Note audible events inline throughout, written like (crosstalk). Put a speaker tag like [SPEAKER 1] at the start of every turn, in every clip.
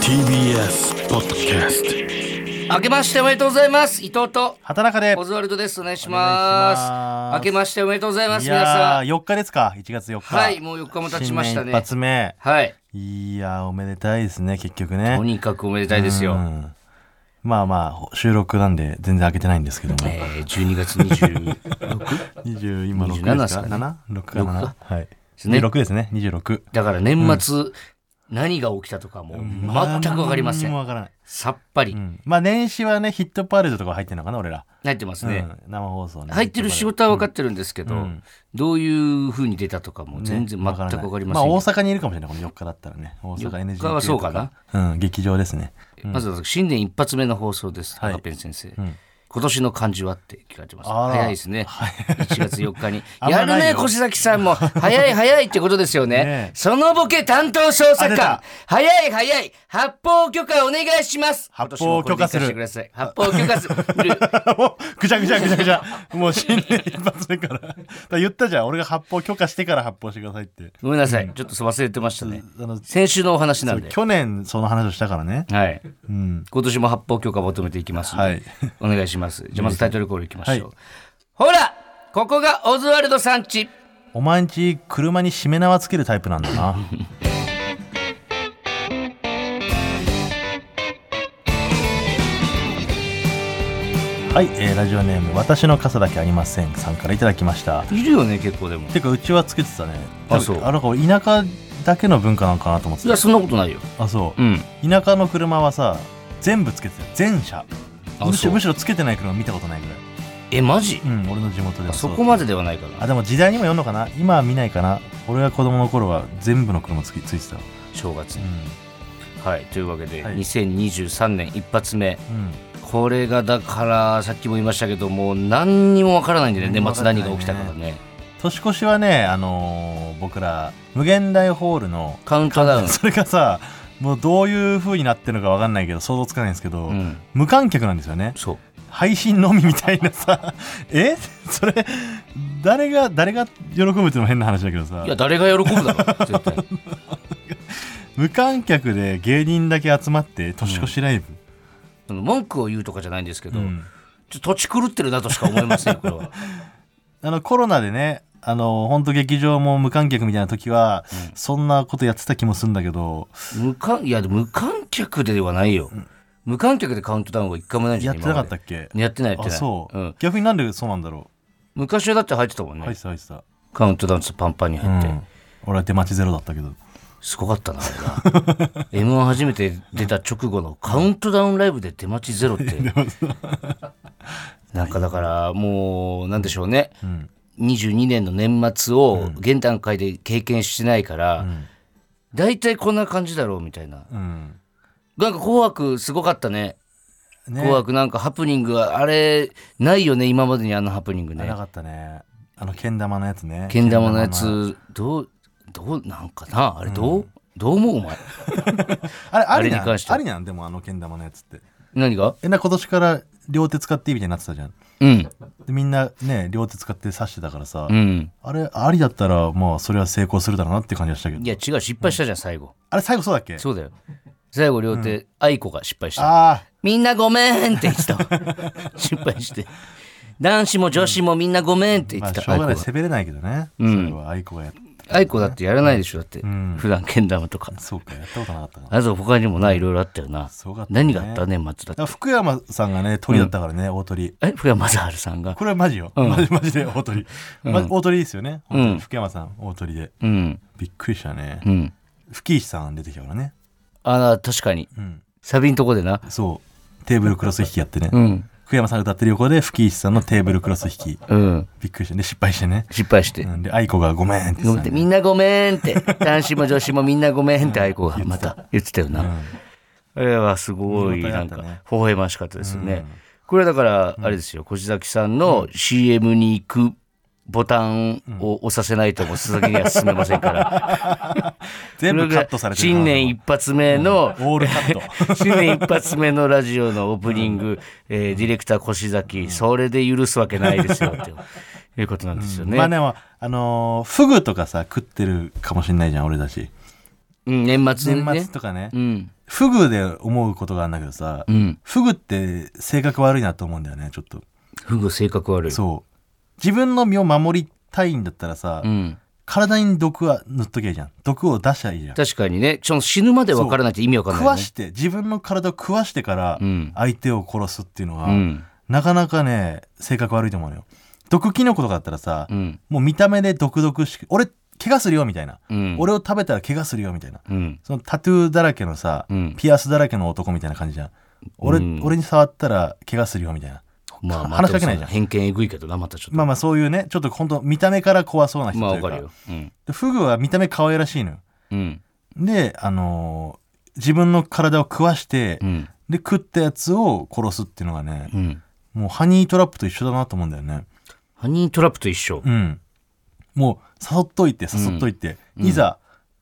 [SPEAKER 1] TBS ポッドキャスト
[SPEAKER 2] 明けましておめでとうございます伊藤と
[SPEAKER 3] 畑中で
[SPEAKER 2] オズワルドですお願いし
[SPEAKER 3] お願いしま
[SPEAKER 2] ます
[SPEAKER 3] す
[SPEAKER 2] 明けましておめでとうございます
[SPEAKER 3] い
[SPEAKER 2] 皆
[SPEAKER 3] や
[SPEAKER 2] さ
[SPEAKER 3] ー
[SPEAKER 2] ん
[SPEAKER 3] 4日ですか1月4日
[SPEAKER 2] はいもう4日も経ちました
[SPEAKER 3] 新年
[SPEAKER 2] ね
[SPEAKER 3] 一発目
[SPEAKER 2] はい
[SPEAKER 3] いやーおめでたいですね結局ね
[SPEAKER 2] とにかくおめでたいですよ、
[SPEAKER 3] うんまあまあ収録なんで全然開けてないんですけども
[SPEAKER 2] えー、12月26
[SPEAKER 3] 20今6
[SPEAKER 2] 27
[SPEAKER 3] で
[SPEAKER 2] ですす
[SPEAKER 3] か
[SPEAKER 2] かね
[SPEAKER 3] 7?6 か7はい
[SPEAKER 2] すね
[SPEAKER 3] 26ですね26
[SPEAKER 2] だから年末、何が起きたとかも全く分かりません、
[SPEAKER 3] もうわからない
[SPEAKER 2] さっぱり、
[SPEAKER 3] うんまあ年始はねヒットパレードとか入ってるのかな俺ら
[SPEAKER 2] 入ってますね、
[SPEAKER 3] うん生放送ね
[SPEAKER 2] 入ってる仕事は分かってるんですけど、どういう風に出たとかも全然全く分かりま
[SPEAKER 3] あ
[SPEAKER 2] せん、
[SPEAKER 3] 大阪にいるかもしれないこの4日だったらね大阪 NG
[SPEAKER 2] 4日はそうかな
[SPEAKER 3] うん劇場ですね (laughs)
[SPEAKER 2] まず新年一発目の放送です、赤ペン先生、今年の漢字はって聞かれてます。
[SPEAKER 3] あら
[SPEAKER 2] 早
[SPEAKER 3] (laughs)
[SPEAKER 2] いですね。1月4日に。
[SPEAKER 3] あん
[SPEAKER 2] や
[SPEAKER 3] ま
[SPEAKER 2] る
[SPEAKER 3] ない
[SPEAKER 2] ね、
[SPEAKER 3] よ
[SPEAKER 2] 越崎さんも。早い早いってことですよね。
[SPEAKER 3] (laughs) ねえ
[SPEAKER 2] そのボケ担当捜査
[SPEAKER 3] あ出
[SPEAKER 2] 官
[SPEAKER 3] た。
[SPEAKER 2] 早い早い。発砲許可お願いします。
[SPEAKER 3] 発砲を許可する
[SPEAKER 2] 今年もこれで行かせてください発砲許可
[SPEAKER 3] (laughs)
[SPEAKER 2] する。
[SPEAKER 3] もうぐちゃぐちゃぐちゃぐちゃもう新年一発目からだから言ったじゃん俺が発砲許可してから発砲してくださいって
[SPEAKER 2] ごめんなさい。ちょっと忘れてましたね。
[SPEAKER 3] あの
[SPEAKER 2] 先週のお話なんで。
[SPEAKER 3] 去年その話をしたからね
[SPEAKER 2] はい。
[SPEAKER 3] うん
[SPEAKER 2] 今年も発砲許可求めていきますんで、
[SPEAKER 3] はい
[SPEAKER 2] (laughs) お願いします。じゃあまずタイトルコールいきましょう。
[SPEAKER 3] は
[SPEAKER 2] ほらここがオズワルドさんち。
[SPEAKER 3] お前んち車にしめ縄つけるタイプなんだな (laughs) はい、えーラジオネーム「私の傘だけありません」さんからいただきました
[SPEAKER 2] いるよね、結構でも。
[SPEAKER 3] てかうちはつけてたね
[SPEAKER 2] あそう
[SPEAKER 3] あなんか俺田舎だけの文化なんかなと思っ
[SPEAKER 2] い
[SPEAKER 3] て
[SPEAKER 2] や、
[SPEAKER 3] た
[SPEAKER 2] そんなことないよ。
[SPEAKER 3] あそう、
[SPEAKER 2] ん。
[SPEAKER 3] 田舎の車はさ全部つけてたよ全車
[SPEAKER 2] あ
[SPEAKER 3] むし
[SPEAKER 2] そう
[SPEAKER 3] ろむしろつけてない車見たことないぐらい
[SPEAKER 2] え、マジ
[SPEAKER 3] うん俺の地元では
[SPEAKER 2] そうこまでではないかな。
[SPEAKER 3] あでも時代にもよるのかな今は見ないかな俺が子供の頃は全部の車つきついてたわ
[SPEAKER 2] 正月
[SPEAKER 3] う
[SPEAKER 2] に。
[SPEAKER 3] ん、
[SPEAKER 2] はい。というわけで、
[SPEAKER 3] はい
[SPEAKER 2] 2023年一発目。
[SPEAKER 3] うん、
[SPEAKER 2] これがだから、さっきも言いましたけども、何にもわからないんだよね、
[SPEAKER 3] うん
[SPEAKER 2] 年末何が起きたからね。
[SPEAKER 3] 年越しはねあのー僕ら無限大ホールの
[SPEAKER 2] カウントダウン。
[SPEAKER 3] それがさもうどういう風になってるのか分かんないけど想像つかないんですけど、
[SPEAKER 2] うん。
[SPEAKER 3] 無観客なんですよね
[SPEAKER 2] そう。
[SPEAKER 3] 配信のみみたいなさ (laughs) えそれ誰が誰が喜ぶっていうのも変な話だけどさ
[SPEAKER 2] いや、誰が喜ぶだろう、絶対。
[SPEAKER 3] 無観客で芸人だけ集まって年越しライブ、
[SPEAKER 2] その文句を言うとかじゃないんですけど、
[SPEAKER 3] うん
[SPEAKER 2] ちょっと土地狂ってるなとしか思いません、これは。
[SPEAKER 3] あのコロナでねあの本当劇場も無観客みたいな時は、そんなことやってた気もするんだけど
[SPEAKER 2] 無観、いや、無観客ではないよ。無観客でカウントダウンは一回もないんじ
[SPEAKER 3] や
[SPEAKER 2] ゃ
[SPEAKER 3] っ
[SPEAKER 2] ん
[SPEAKER 3] て
[SPEAKER 2] 今
[SPEAKER 3] なか
[SPEAKER 2] ま
[SPEAKER 3] っ
[SPEAKER 2] で
[SPEAKER 3] たっけ
[SPEAKER 2] やってない、やって
[SPEAKER 3] あ
[SPEAKER 2] ない。
[SPEAKER 3] そう、
[SPEAKER 2] ん
[SPEAKER 3] 逆になんでそうなんだろ
[SPEAKER 2] 昔はだって入ってたもん
[SPEAKER 3] う
[SPEAKER 2] ね、
[SPEAKER 3] 入ってた入ってた、
[SPEAKER 2] カウントダウンズパンパンに
[SPEAKER 3] う
[SPEAKER 2] 入って、
[SPEAKER 3] ん、俺は出待ちゼロだったけど
[SPEAKER 2] すごかったなあれな
[SPEAKER 3] (laughs)
[SPEAKER 2] m 1初めて出た直後のカウントダウンライブで出待ちゼロって (laughs) なんかだからもうなんでしょうね、22年の年末を現段階で経験してないから、大体こんな感じだろうみたいな
[SPEAKER 3] うん
[SPEAKER 2] なんか「紅白」すごかったね「
[SPEAKER 3] ね
[SPEAKER 2] 紅白」なんかハプニングはあれないよね今までにあのハプニングね
[SPEAKER 3] なかったねあのけん玉のやつね
[SPEAKER 2] けん玉のや
[SPEAKER 3] けん玉の
[SPEAKER 2] つどうどうなんかなあれどう、どう思うお前
[SPEAKER 3] あれあり
[SPEAKER 2] あれに
[SPEAKER 3] なん
[SPEAKER 2] 関しては
[SPEAKER 3] ありなんでもあのけん玉のやつって
[SPEAKER 2] 何が
[SPEAKER 3] えな今年から両手使っていいみたいになってたじゃん
[SPEAKER 2] うん
[SPEAKER 3] でみんなね両手使って刺してたからさ、
[SPEAKER 2] うん
[SPEAKER 3] あれありだったらまあそれは成功するだろうなって感じはしたけど
[SPEAKER 2] いや違う失敗したじゃん最後
[SPEAKER 3] あれ最後そうだっけ
[SPEAKER 2] そうだよ最後両手愛子が失敗した
[SPEAKER 3] あ
[SPEAKER 2] みんなごめんって言って
[SPEAKER 3] (laughs)
[SPEAKER 2] た失敗して男子も女子もみんなごめんって
[SPEAKER 3] あま
[SPEAKER 2] 言っ
[SPEAKER 3] あ
[SPEAKER 2] て
[SPEAKER 3] したょうがない
[SPEAKER 2] 愛子が
[SPEAKER 3] 攻めれないけどね、
[SPEAKER 2] うん
[SPEAKER 3] それは愛子がやって
[SPEAKER 2] 愛子だってやらないでしょだって
[SPEAKER 3] ん
[SPEAKER 2] 普段けん玉とか
[SPEAKER 3] そうかやったことなかったなだか
[SPEAKER 2] あと他にもないろいろあったよな
[SPEAKER 3] すごかったね
[SPEAKER 2] 何があった年末だ
[SPEAKER 3] ら
[SPEAKER 2] って
[SPEAKER 3] 福山さんがね鳥だったからね、大鳥
[SPEAKER 2] え福山雅治さんが
[SPEAKER 3] これはマジよ、マジマジで大鳥、ま大鳥ですよね、本当に福山さん大鳥で
[SPEAKER 2] うん
[SPEAKER 3] びっくりしたね、
[SPEAKER 2] うん
[SPEAKER 3] 吹石さん出てきたからね
[SPEAKER 2] あ確かに
[SPEAKER 3] うん
[SPEAKER 2] サビんとこでな
[SPEAKER 3] そうテーブルクロス引きやってね、
[SPEAKER 2] うん
[SPEAKER 3] 福山さんが歌ってる横で吹石さんのテーブルクロス引き
[SPEAKER 2] うん
[SPEAKER 3] びっくりしてで失敗してね、
[SPEAKER 2] 失敗して
[SPEAKER 3] うん、で愛子が「ごめん」って言
[SPEAKER 2] ごめん
[SPEAKER 3] っ
[SPEAKER 2] ってて
[SPEAKER 3] たね
[SPEAKER 2] みんなごめんって (laughs) 男子も女子もみんなごめんって愛子がまた言ってたよな、あれはすごい
[SPEAKER 3] 見応え
[SPEAKER 2] な
[SPEAKER 3] あっ
[SPEAKER 2] ん
[SPEAKER 3] た
[SPEAKER 2] か
[SPEAKER 3] ね
[SPEAKER 2] 微笑ましかったですよね、これだからあれですよ越崎さんの CM に行くボタンを押させないともう鈴木には進めませんから、
[SPEAKER 3] 全部カットされてる
[SPEAKER 2] 新年一発目の、
[SPEAKER 3] オールカット
[SPEAKER 2] (laughs) 新年一発目のラジオのオープニング、えーディレクター越崎、それで許すわけないです
[SPEAKER 3] (laughs)
[SPEAKER 2] よっていうことなんですよね。
[SPEAKER 3] まあでも、あのーフグとかさ食ってるかもしんないじゃん俺たち
[SPEAKER 2] うん、年末
[SPEAKER 3] 年
[SPEAKER 2] に
[SPEAKER 3] 末
[SPEAKER 2] ね。
[SPEAKER 3] とかね
[SPEAKER 2] うん。
[SPEAKER 3] フグで思うことがあるんだけどさ、
[SPEAKER 2] うん。
[SPEAKER 3] フグって性格悪いなと思うんだよねちょっと
[SPEAKER 2] フグ性格悪い。
[SPEAKER 3] そう自分の身を守りたいんだったらさ、
[SPEAKER 2] うん。
[SPEAKER 3] 体に毒は塗っとけばいいじゃん毒を出しゃいいじゃん
[SPEAKER 2] 確かにね、ちょ死ぬまで分からないって意味わかんない、
[SPEAKER 3] 食
[SPEAKER 2] ね。
[SPEAKER 3] わして自分の体を食わしてから
[SPEAKER 2] うん
[SPEAKER 3] 相手を殺すっていうのは、
[SPEAKER 2] うん。
[SPEAKER 3] なかなかね性格悪いと思うのよ毒キノコとかだったらさ、
[SPEAKER 2] うん。
[SPEAKER 3] もう見た目で毒々しく俺怪我するよみたいな、
[SPEAKER 2] うん。
[SPEAKER 3] 俺を食べたら怪我するよみたいな
[SPEAKER 2] うん。
[SPEAKER 3] そのタトゥーだらけのさ、
[SPEAKER 2] うん
[SPEAKER 3] ピアスだらけの男みたいな感じじゃん俺,、
[SPEAKER 2] うん
[SPEAKER 3] 俺に触ったら怪我するよみたいな
[SPEAKER 2] まあ、まあ、
[SPEAKER 3] 話しかけないじゃん
[SPEAKER 2] 偏見えぐいけどな、またちょっと。
[SPEAKER 3] まあまあそういうねちょっと本当見た目から怖そうな人
[SPEAKER 2] まあ、
[SPEAKER 3] とい
[SPEAKER 2] わ
[SPEAKER 3] うか,、
[SPEAKER 2] かるよ。うん。
[SPEAKER 3] でフグは見た目可愛らしいのよ
[SPEAKER 2] うん。
[SPEAKER 3] であのー自分の体を食わして、
[SPEAKER 2] うん。
[SPEAKER 3] で食ったやつを殺すっていうのがね
[SPEAKER 2] うん。
[SPEAKER 3] もうハニートラップと一緒だなと思うんだよね
[SPEAKER 2] ハニートラップと一緒。
[SPEAKER 3] うんもう誘っといて誘っといて、いざ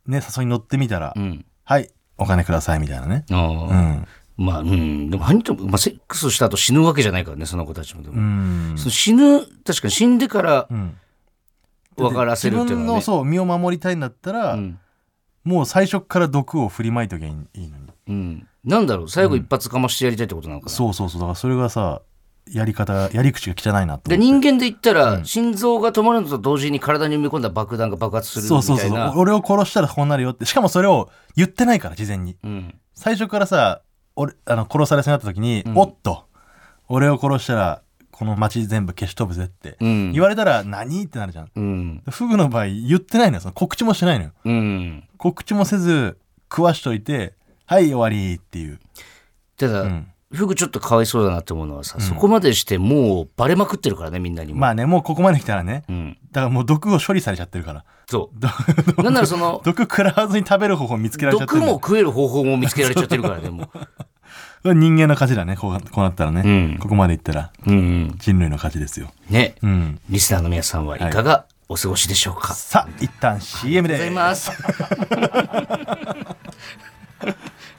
[SPEAKER 3] ね誘いに乗ってみたら、
[SPEAKER 2] うん。
[SPEAKER 3] はいお金くださいみたいなね
[SPEAKER 2] ああ、
[SPEAKER 3] うん
[SPEAKER 2] まあ、うん。でも、ハニートラップ、まあ、セックスした後死ぬわけじゃないからね、その子たちも。でも
[SPEAKER 3] うん
[SPEAKER 2] その死ぬ、確かに死んでから
[SPEAKER 3] うん
[SPEAKER 2] 分からせるっていうのは、ね。
[SPEAKER 3] 自分のそう身を守りたいんだったら、
[SPEAKER 2] うん
[SPEAKER 3] もう最初から毒を振りまいときゃいいいいのに
[SPEAKER 2] うん、なんだろう最後一発かましてやりたいってことなのかな、
[SPEAKER 3] そうそうそうだからそれがさやり方やり口が汚いなと
[SPEAKER 2] で
[SPEAKER 3] 思って
[SPEAKER 2] 人間で言ったら、心臓が止まるのと同時に体に埋め込んだ爆弾が爆発するみたい
[SPEAKER 3] そう
[SPEAKER 2] な
[SPEAKER 3] そうそう俺を殺したらこうなるよってしかもそれを言ってないから事前に
[SPEAKER 2] うん、
[SPEAKER 3] 最初からさ俺あの殺されそうになった時に「おっと俺を殺したらこの街全部消し飛ぶぜ」って
[SPEAKER 2] うん
[SPEAKER 3] 言われたら「何?」ってなるじゃん
[SPEAKER 2] うん
[SPEAKER 3] フグの場合言ってないのよその告知もしないのよ
[SPEAKER 2] うん、
[SPEAKER 3] 告知もせず食わしといて「はい終わり」っていう
[SPEAKER 2] ただ、
[SPEAKER 3] ん
[SPEAKER 2] フグちょっとかわいそうだなって思うのはさ、そこまでしてもうバレまくってるからねみんなにも、
[SPEAKER 3] まあねもうここまで来たらね
[SPEAKER 2] うん、
[SPEAKER 3] だからもう毒を処理されちゃってるから
[SPEAKER 2] そ
[SPEAKER 3] ど
[SPEAKER 2] うなんならその
[SPEAKER 3] 毒食らわずに食べる方法見つけられちゃって
[SPEAKER 2] 毒
[SPEAKER 3] る
[SPEAKER 2] も食える方法も見つけられちゃってるからねも
[SPEAKER 3] 人間の勝ちだねこうこうなったらね、
[SPEAKER 2] うん
[SPEAKER 3] ここまでいったら
[SPEAKER 2] う、うんうん、
[SPEAKER 3] 人類の勝ちですよ、
[SPEAKER 2] ね
[SPEAKER 3] うん、
[SPEAKER 2] リスナーの皆さんはいかがお過ごしでしょうか、
[SPEAKER 3] さあ一旦 CM で
[SPEAKER 2] ありがとうござい (laughs) ます。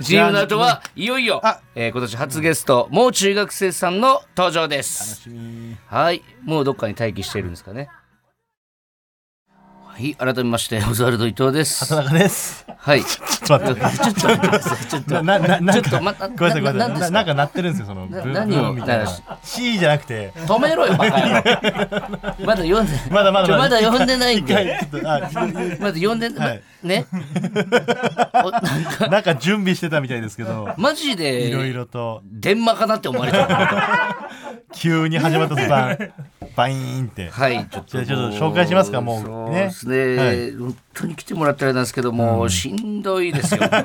[SPEAKER 2] CM の後はいよいよ
[SPEAKER 3] あ、
[SPEAKER 2] えー今年初ゲスト、もう中学生さんの登場です。
[SPEAKER 3] 楽しみ
[SPEAKER 2] はい、もうどっかに待機しているんですかね。はい、改めまして、オズワルド伊藤です。
[SPEAKER 3] 田中です
[SPEAKER 2] はい。
[SPEAKER 3] ちょっと待って
[SPEAKER 2] ちょっと待ってください。ちょっ
[SPEAKER 3] な
[SPEAKER 2] と。
[SPEAKER 3] なななんか
[SPEAKER 2] ちょっとま
[SPEAKER 3] ご
[SPEAKER 2] な
[SPEAKER 3] めんなさいごめんなさ
[SPEAKER 2] な
[SPEAKER 3] い
[SPEAKER 2] なんで
[SPEAKER 3] な
[SPEAKER 2] すか
[SPEAKER 3] なんか鳴ってるんですよそのブー
[SPEAKER 2] 何を
[SPEAKER 3] ブーみたい
[SPEAKER 2] 鳴
[SPEAKER 3] な C じゃなくて
[SPEAKER 2] 止めろよ、バカ野郎。まだ読んで、
[SPEAKER 3] まだまだ
[SPEAKER 2] ちょまだ読んでないん
[SPEAKER 3] 一回
[SPEAKER 2] で。
[SPEAKER 3] ちょっとあ
[SPEAKER 2] (laughs) まだ読んで、ま
[SPEAKER 3] はい
[SPEAKER 2] ね。 (laughs) おなんか、
[SPEAKER 3] なんか準備してたみたいですけど
[SPEAKER 2] マジで。
[SPEAKER 3] いろいろと
[SPEAKER 2] 電話かなって思われち
[SPEAKER 3] (laughs)
[SPEAKER 2] ゃう。
[SPEAKER 3] 急に始まった途端バイーンって
[SPEAKER 2] はい、ちょっ
[SPEAKER 3] じゃあちょっと紹介しますかもう
[SPEAKER 2] そう
[SPEAKER 3] ね
[SPEAKER 2] ですね、
[SPEAKER 3] はい
[SPEAKER 2] 本当に来てもらったらあれなんですけども、しんどい
[SPEAKER 3] (laughs)
[SPEAKER 2] ですよ。はい、え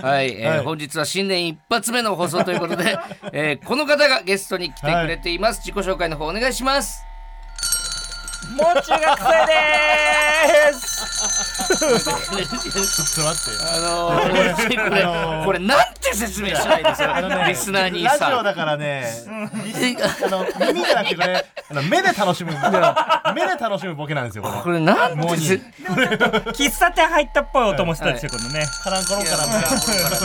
[SPEAKER 2] ー
[SPEAKER 3] はい
[SPEAKER 2] 本日は新年一発目の放送ということで、えーこの方がゲストに来てくれています。自己紹介の方お願いします。
[SPEAKER 4] もう中学生でーす。
[SPEAKER 3] ちょっと待って
[SPEAKER 2] あのーこれ、これ、これなんて説明しないですか、リスナーに
[SPEAKER 3] ラジオ
[SPEAKER 2] さ。
[SPEAKER 3] だからね
[SPEAKER 2] え
[SPEAKER 3] あの耳じゃなくてこれあの目で楽しむ目で楽しむボケなんですよこれ
[SPEAKER 2] (laughs) これなんてせ
[SPEAKER 4] 喫茶店入ったっぽい音もしたんですよ、このね。
[SPEAKER 3] カランコロンカランみたいな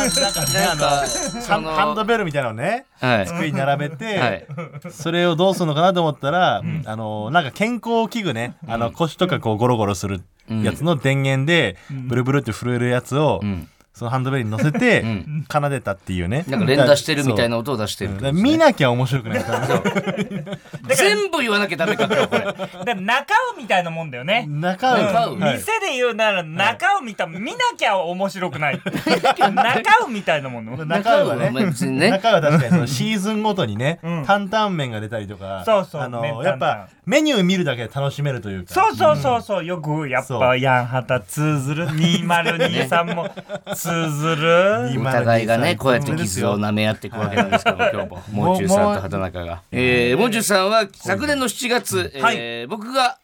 [SPEAKER 3] なんかね
[SPEAKER 2] な
[SPEAKER 3] あ
[SPEAKER 2] ん
[SPEAKER 3] の
[SPEAKER 2] か、
[SPEAKER 3] ハ
[SPEAKER 2] そ
[SPEAKER 3] ン
[SPEAKER 2] の、
[SPEAKER 3] ハンドベルみたいなのをね
[SPEAKER 2] はい、
[SPEAKER 3] 机に並べ (laughs) て、
[SPEAKER 2] はい、
[SPEAKER 3] それをどうするのかなと思ったら、あのなんか健康器具ね、あの腰とかこうゴロゴロするやつの電源で、ブルブルって震えるやつを、
[SPEAKER 2] ん
[SPEAKER 3] そのハンドベルに乗せて、奏でたっていうね
[SPEAKER 2] なんか連打してるみたいな音を出してる
[SPEAKER 3] そ
[SPEAKER 2] っ
[SPEAKER 3] う
[SPEAKER 2] て
[SPEAKER 3] だから
[SPEAKER 2] ことですね、
[SPEAKER 3] 見なきゃ面白くない
[SPEAKER 2] (laughs)
[SPEAKER 3] から
[SPEAKER 2] 全部言わなきゃダメかこれ。
[SPEAKER 4] で、中尾みたいなもんだよね。
[SPEAKER 3] 中
[SPEAKER 2] 中
[SPEAKER 3] 尾
[SPEAKER 2] 尾
[SPEAKER 3] はい
[SPEAKER 4] 店で言うなら、中尾みたい、見なきゃ面白くない。中尾みたいなも (laughs) の。
[SPEAKER 3] 中尾は
[SPEAKER 2] 中尾は別に
[SPEAKER 3] ね
[SPEAKER 2] ね
[SPEAKER 3] (laughs) 中尾は確か
[SPEAKER 2] (laughs)
[SPEAKER 3] にそのシーズンごとにね、
[SPEAKER 4] うん
[SPEAKER 3] 担々麺が出たりとか
[SPEAKER 4] そうそう
[SPEAKER 3] あ
[SPEAKER 4] 麺担
[SPEAKER 3] の
[SPEAKER 4] 々
[SPEAKER 3] やっぱメニュー見るだけで楽しめるというか
[SPEAKER 4] そうそうそうそう、よく、やっ
[SPEAKER 3] そ
[SPEAKER 4] ぱ、ヤンハタ通ずる、2023も通ず
[SPEAKER 3] いい
[SPEAKER 4] る。
[SPEAKER 2] お互いがね、こうやって傷を舐め合っていくわけなんですけど、今日も。もう中さんと畑中が。えー、もう中さんは昨年の7月、
[SPEAKER 4] はい
[SPEAKER 2] えー僕が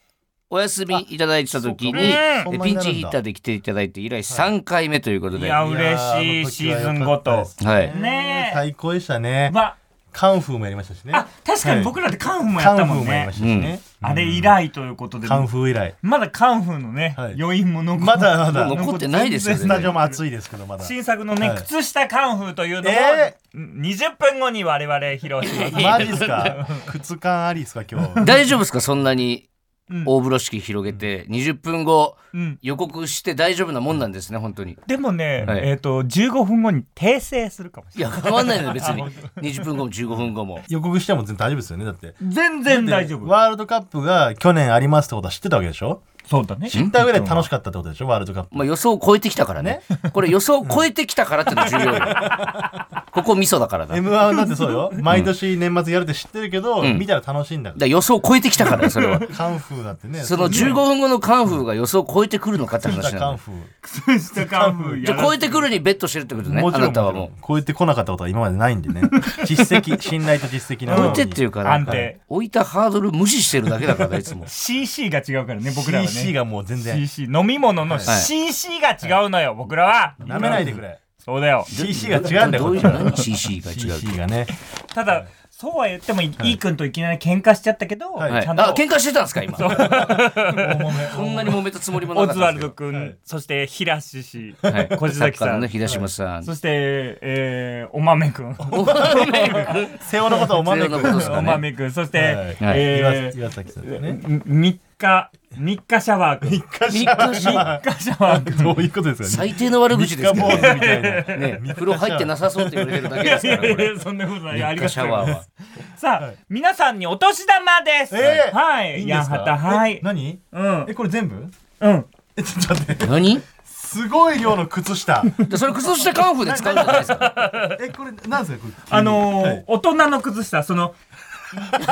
[SPEAKER 2] お休みいただいてた時に、
[SPEAKER 4] うん
[SPEAKER 2] え
[SPEAKER 3] そんな
[SPEAKER 2] ピ
[SPEAKER 3] に
[SPEAKER 2] ン
[SPEAKER 3] なるんだ
[SPEAKER 2] チヒッターで来ていただいて以来3回目ということ
[SPEAKER 4] い
[SPEAKER 2] で。
[SPEAKER 4] や、
[SPEAKER 2] は
[SPEAKER 4] 嬉しい、シーズンごと。
[SPEAKER 2] い。
[SPEAKER 4] ねえ
[SPEAKER 3] 最高でしたね
[SPEAKER 4] わ、
[SPEAKER 3] カンフーもやりましたしね
[SPEAKER 4] あ、確かに僕らでカンフーもや
[SPEAKER 3] カ
[SPEAKER 4] った
[SPEAKER 3] ンフ
[SPEAKER 4] も
[SPEAKER 3] ー
[SPEAKER 4] ん
[SPEAKER 3] もやり
[SPEAKER 4] ね
[SPEAKER 3] まし。たしね、
[SPEAKER 4] あれ以来ということで、
[SPEAKER 3] カンフー以来
[SPEAKER 4] まだカンフーのね、
[SPEAKER 3] はい
[SPEAKER 4] 余韻も残って
[SPEAKER 3] まだまだ
[SPEAKER 2] もう残ってないですよね。
[SPEAKER 3] スタジオも暑いですけどまだ
[SPEAKER 4] 新作のね、
[SPEAKER 3] はい
[SPEAKER 4] 靴下カンフーというのを、
[SPEAKER 3] え
[SPEAKER 4] 20分後に我々披露します
[SPEAKER 3] (laughs) マジですか靴感ありですか今日
[SPEAKER 4] (laughs)
[SPEAKER 2] 大丈夫ですかそんなに大風呂敷広げて20分後
[SPEAKER 4] うん
[SPEAKER 2] 予告して大丈夫なもんなんですね本当に。
[SPEAKER 4] でもね、
[SPEAKER 2] はい
[SPEAKER 4] えっ、と15分後に訂正するかもし
[SPEAKER 2] いや変わんないのよ別に20分後も15分後も。
[SPEAKER 3] 予告しても全然大丈夫ですよねだって
[SPEAKER 4] れない全然大丈夫
[SPEAKER 3] ワールドカップが去年ありますってことは知ってたわけでしょ
[SPEAKER 4] そうだね
[SPEAKER 3] 知った上で楽しかったってことでしょワールドカップ
[SPEAKER 2] まあ、予想を超えてきたからねこれ予想を超えてきたからっての重要よここミソだからだだか
[SPEAKER 3] m 1だってそうよ毎年年末やるって知ってるけど、
[SPEAKER 2] ん
[SPEAKER 3] 見たら楽しいんだから
[SPEAKER 2] 予想を超えてきたからよそれは
[SPEAKER 3] (laughs) らカンフーだってね
[SPEAKER 2] その15分後のカンフーが予想を超えてくるのかっ
[SPEAKER 3] そ
[SPEAKER 2] て
[SPEAKER 3] うし
[SPEAKER 2] 話
[SPEAKER 3] た
[SPEAKER 2] な
[SPEAKER 3] カ
[SPEAKER 2] の
[SPEAKER 3] ンフー
[SPEAKER 4] したカンフ
[SPEAKER 2] じゃあ超えてくるにベットしてるってことねあなたはも
[SPEAKER 3] こうやって来なかったことは今までないんで
[SPEAKER 2] (laughs)
[SPEAKER 3] ね実績信頼と実績
[SPEAKER 2] う
[SPEAKER 3] の
[SPEAKER 2] 置いてっていうかなんか
[SPEAKER 4] 安定
[SPEAKER 2] 置いたハードル無視してるだけだからいつも
[SPEAKER 4] CC が違うからね僕らはね
[SPEAKER 3] CC がもう全然
[SPEAKER 4] CC 飲み物の CC が違うのよ、僕らは
[SPEAKER 3] なめないでくれ
[SPEAKER 4] そうだよ
[SPEAKER 3] CC が違うんだよ
[SPEAKER 2] ど
[SPEAKER 3] こっ
[SPEAKER 2] ういう
[SPEAKER 3] ちは
[SPEAKER 2] 何 CC が違うって
[SPEAKER 3] CC が
[SPEAKER 2] (laughs)
[SPEAKER 3] ね
[SPEAKER 4] ただそうは言ってもいい君といきなり喧嘩しちゃったけど、
[SPEAKER 3] はい
[SPEAKER 2] はい、
[SPEAKER 4] ちゃんと
[SPEAKER 2] あ喧嘩してたんですか今そんなに揉めたつもりもな
[SPEAKER 4] オ
[SPEAKER 2] かっ
[SPEAKER 4] ズ
[SPEAKER 2] た
[SPEAKER 4] ワ
[SPEAKER 2] ん
[SPEAKER 4] ル
[SPEAKER 2] です
[SPEAKER 4] ド君、そして平志氏、
[SPEAKER 2] けどはい
[SPEAKER 4] 小路崎
[SPEAKER 2] サッカー
[SPEAKER 4] さ
[SPEAKER 2] の
[SPEAKER 4] ん、
[SPEAKER 2] ね東島さん、
[SPEAKER 4] そして、えーおまめ君
[SPEAKER 2] お前ら
[SPEAKER 3] 瀬尾のことおまめく
[SPEAKER 2] 瀬尾のことですか
[SPEAKER 4] おまめ君そして、
[SPEAKER 3] はい
[SPEAKER 4] えー
[SPEAKER 3] 岩崎さんだね
[SPEAKER 4] み三日三日シャワー君
[SPEAKER 2] 三日シャワー
[SPEAKER 4] 三日シャワー君
[SPEAKER 3] どういうことですかね
[SPEAKER 2] 最低の悪口ですけど
[SPEAKER 3] 三日坊主み
[SPEAKER 2] ね
[SPEAKER 3] たいな
[SPEAKER 2] ね風呂入ってなさそうって言われてるだけ
[SPEAKER 4] い
[SPEAKER 2] で
[SPEAKER 4] や
[SPEAKER 2] す
[SPEAKER 4] い
[SPEAKER 2] からこ
[SPEAKER 4] やい
[SPEAKER 2] れ
[SPEAKER 4] やそんなことないあ
[SPEAKER 2] 三
[SPEAKER 4] り
[SPEAKER 2] 日
[SPEAKER 4] が
[SPEAKER 2] シ
[SPEAKER 4] と
[SPEAKER 2] ャ
[SPEAKER 4] うござ
[SPEAKER 2] ワ
[SPEAKER 4] い
[SPEAKER 2] ー
[SPEAKER 4] ます
[SPEAKER 2] は
[SPEAKER 4] さあ、皆さんにお年玉です、
[SPEAKER 3] えー
[SPEAKER 4] はい
[SPEAKER 3] んで
[SPEAKER 4] 八
[SPEAKER 3] すか
[SPEAKER 4] 幡はい
[SPEAKER 3] え何
[SPEAKER 4] うん
[SPEAKER 3] えこれ全部
[SPEAKER 4] うん
[SPEAKER 3] えちょっと待って
[SPEAKER 2] 何
[SPEAKER 3] すごい量の靴下
[SPEAKER 2] でそれ靴下カンフーで使うんじゃないですか
[SPEAKER 3] えこれなんですかこれ
[SPEAKER 4] あのー
[SPEAKER 3] はい
[SPEAKER 4] 大人の靴下
[SPEAKER 2] (laughs)
[SPEAKER 4] その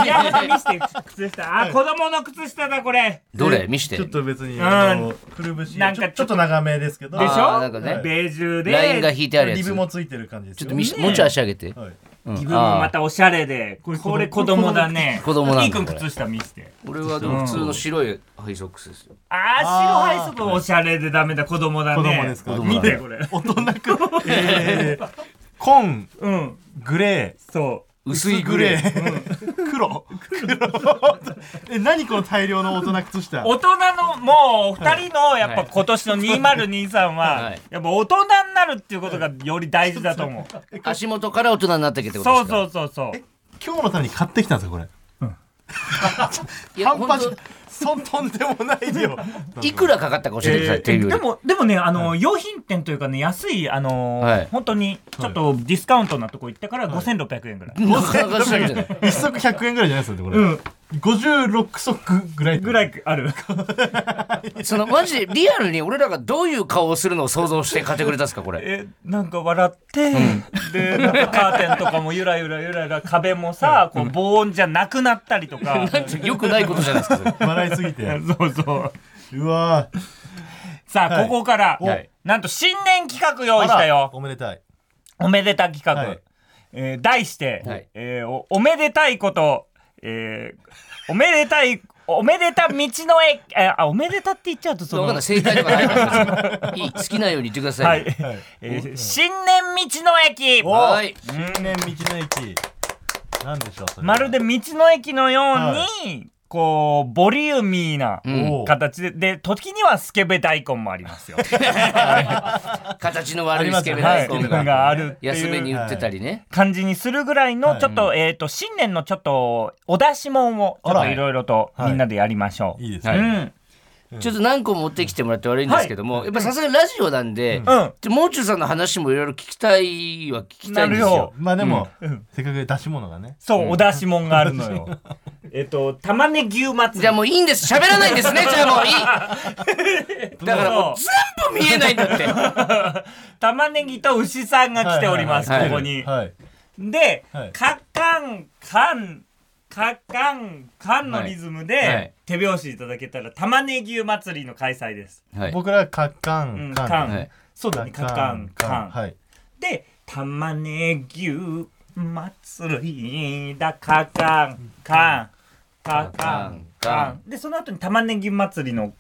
[SPEAKER 4] いや見せて靴下あ子供の靴下だこれ
[SPEAKER 2] どれ見して
[SPEAKER 3] ちょっと別に
[SPEAKER 4] ん
[SPEAKER 3] あのくるぶし
[SPEAKER 4] な
[SPEAKER 3] は
[SPEAKER 4] ん
[SPEAKER 3] ちょ
[SPEAKER 4] か
[SPEAKER 3] ちょっと長めですけど
[SPEAKER 4] でし
[SPEAKER 2] あー
[SPEAKER 4] ょ
[SPEAKER 2] なんかね
[SPEAKER 4] ベージュで
[SPEAKER 2] ラインが引いてあるや
[SPEAKER 3] リ
[SPEAKER 2] つち
[SPEAKER 3] ブ
[SPEAKER 2] ょ
[SPEAKER 3] もついてる感じです
[SPEAKER 2] っ
[SPEAKER 3] よ
[SPEAKER 2] と見し
[SPEAKER 4] ねえ
[SPEAKER 2] もうちょい足上げて
[SPEAKER 3] はい
[SPEAKER 2] うん
[SPEAKER 4] 自分も
[SPEAKER 2] あ
[SPEAKER 4] ま
[SPEAKER 2] ー
[SPEAKER 4] たおしゃれでこれこれ子供だね
[SPEAKER 2] 子供なんだ
[SPEAKER 4] いいくん靴下見せて
[SPEAKER 2] 俺はでも普通の白いハイソックスですよ
[SPEAKER 4] あー白ハイソックおしゃれでダメだ子供だね
[SPEAKER 3] 子供ですか
[SPEAKER 4] 見てこれ
[SPEAKER 3] 大人くえー紺
[SPEAKER 4] うん
[SPEAKER 3] グレ
[SPEAKER 4] そ
[SPEAKER 2] 薄
[SPEAKER 3] ー
[SPEAKER 2] いグレー
[SPEAKER 3] ー、黒黒え何この大量の大人靴下
[SPEAKER 4] う大人のもう2人のやっぱ今年の2023
[SPEAKER 2] は
[SPEAKER 4] はいやっぱ大人になるっていうことがより大事だと思う
[SPEAKER 2] 足元から大人になってきてことで
[SPEAKER 4] そ
[SPEAKER 2] す
[SPEAKER 4] う
[SPEAKER 2] か
[SPEAKER 4] そうそうそう
[SPEAKER 3] 今日のために買ってきたんですかこれ (laughs)
[SPEAKER 2] いや
[SPEAKER 3] 半
[SPEAKER 2] 本
[SPEAKER 3] 端じ
[SPEAKER 2] 当
[SPEAKER 3] ゃそんとんでもない量
[SPEAKER 2] いくらかかったか教えてください、
[SPEAKER 4] えー
[SPEAKER 2] っていうより
[SPEAKER 4] でもでもねあの、用品店というかね安いあの、
[SPEAKER 2] はい
[SPEAKER 4] 本当にちょっとディスカウントなとこ行ってから5600円ぐらい、
[SPEAKER 2] なかなかしてるじゃない
[SPEAKER 3] 一足100円ぐらいじゃないですかこれ、
[SPEAKER 4] うん
[SPEAKER 3] 56足ぐらい
[SPEAKER 4] ぐらいある
[SPEAKER 2] そのマジでリアルに俺らがどういう顔をするのを想像して買ってくれたんですかこ
[SPEAKER 4] (laughs)
[SPEAKER 2] れ
[SPEAKER 4] えなんか笑って、でなんかカーテンとかもゆらゆらゆらゆら壁もさ、こう防音じゃなくなったりとか
[SPEAKER 2] よくないことじゃないですかそれ
[SPEAKER 3] 笑いすぎて
[SPEAKER 4] そうそう
[SPEAKER 3] うわー
[SPEAKER 4] さあ、
[SPEAKER 3] はい
[SPEAKER 4] ここから、
[SPEAKER 2] はい
[SPEAKER 4] なんと新年企画用意した
[SPEAKER 3] あら
[SPEAKER 4] よ
[SPEAKER 3] おめでたい
[SPEAKER 4] おめでた企画、
[SPEAKER 3] はい
[SPEAKER 4] えー題して、
[SPEAKER 2] はい
[SPEAKER 4] えーおおめでたいこと、えーおめでたいおめでた道の駅えーあおめでたって言っちゃうとそ
[SPEAKER 2] 分か
[SPEAKER 4] の
[SPEAKER 2] んない正解とかないから別にいい好きなように言ってくださ、
[SPEAKER 4] はいい、えー新年道の駅
[SPEAKER 2] はい
[SPEAKER 3] 新年道の駅なんでしょうそれ
[SPEAKER 4] まるで道の駅のように、
[SPEAKER 3] は
[SPEAKER 4] こうボリューミーな
[SPEAKER 2] うん
[SPEAKER 3] おー
[SPEAKER 4] 形でで時にはスケベ大根もありま
[SPEAKER 2] (laughs)
[SPEAKER 4] すよ。
[SPEAKER 2] 形の悪いスケベ
[SPEAKER 4] は
[SPEAKER 2] 大
[SPEAKER 4] い、
[SPEAKER 2] 根が
[SPEAKER 4] があるって
[SPEAKER 2] 安めに
[SPEAKER 4] いう
[SPEAKER 2] 売ってたりね、
[SPEAKER 4] 感じにするぐら
[SPEAKER 3] は
[SPEAKER 4] いの
[SPEAKER 3] い
[SPEAKER 4] ちょっと、えっ、と新年のちょっとお出し物をちょっ
[SPEAKER 3] あ
[SPEAKER 4] と
[SPEAKER 3] ら
[SPEAKER 4] いろいろとみんなでやりましょう。
[SPEAKER 3] いいです
[SPEAKER 2] は
[SPEAKER 3] ね、
[SPEAKER 2] い
[SPEAKER 4] うん
[SPEAKER 2] ちょっと何個も持ってきてもらって悪いんですけども、やっぱさすがにラジオなんで、
[SPEAKER 4] うん
[SPEAKER 2] ちょもう中さんの話もいろいろ聞きたいは聞きたいんです
[SPEAKER 4] なる
[SPEAKER 2] よ
[SPEAKER 4] よ。
[SPEAKER 3] まあでも、せっかく出し物がね
[SPEAKER 4] そう、お出し物があるのよ。えっと、玉ねぎ祭
[SPEAKER 2] じゃあ
[SPEAKER 4] り。
[SPEAKER 2] もういいんです喋らないん
[SPEAKER 4] (laughs)
[SPEAKER 2] ですねじゃあもういいだからもう全部見えないんだ
[SPEAKER 4] (laughs)
[SPEAKER 2] って
[SPEAKER 4] 玉ねぎと牛さんが来ております、
[SPEAKER 2] はいはい
[SPEAKER 4] ここに。
[SPEAKER 3] はい
[SPEAKER 4] で、
[SPEAKER 3] はい
[SPEAKER 4] カッカン、カン、カッカン、カンのリズムで、
[SPEAKER 2] はいはい
[SPEAKER 4] 手拍子いただけたら玉ねぎ祭りの開催です。
[SPEAKER 2] はい、
[SPEAKER 3] 僕らカッカ
[SPEAKER 4] うん、
[SPEAKER 3] ン
[SPEAKER 4] カ
[SPEAKER 3] カ
[SPEAKER 4] ン。
[SPEAKER 3] ン
[SPEAKER 2] はい
[SPEAKER 4] そうだね、カッカン、カン。
[SPEAKER 3] はい
[SPEAKER 4] で、玉ねぎ祭りだ、カッカン、カン、カッカン、カン。で、その後に玉ねぎ祭りの、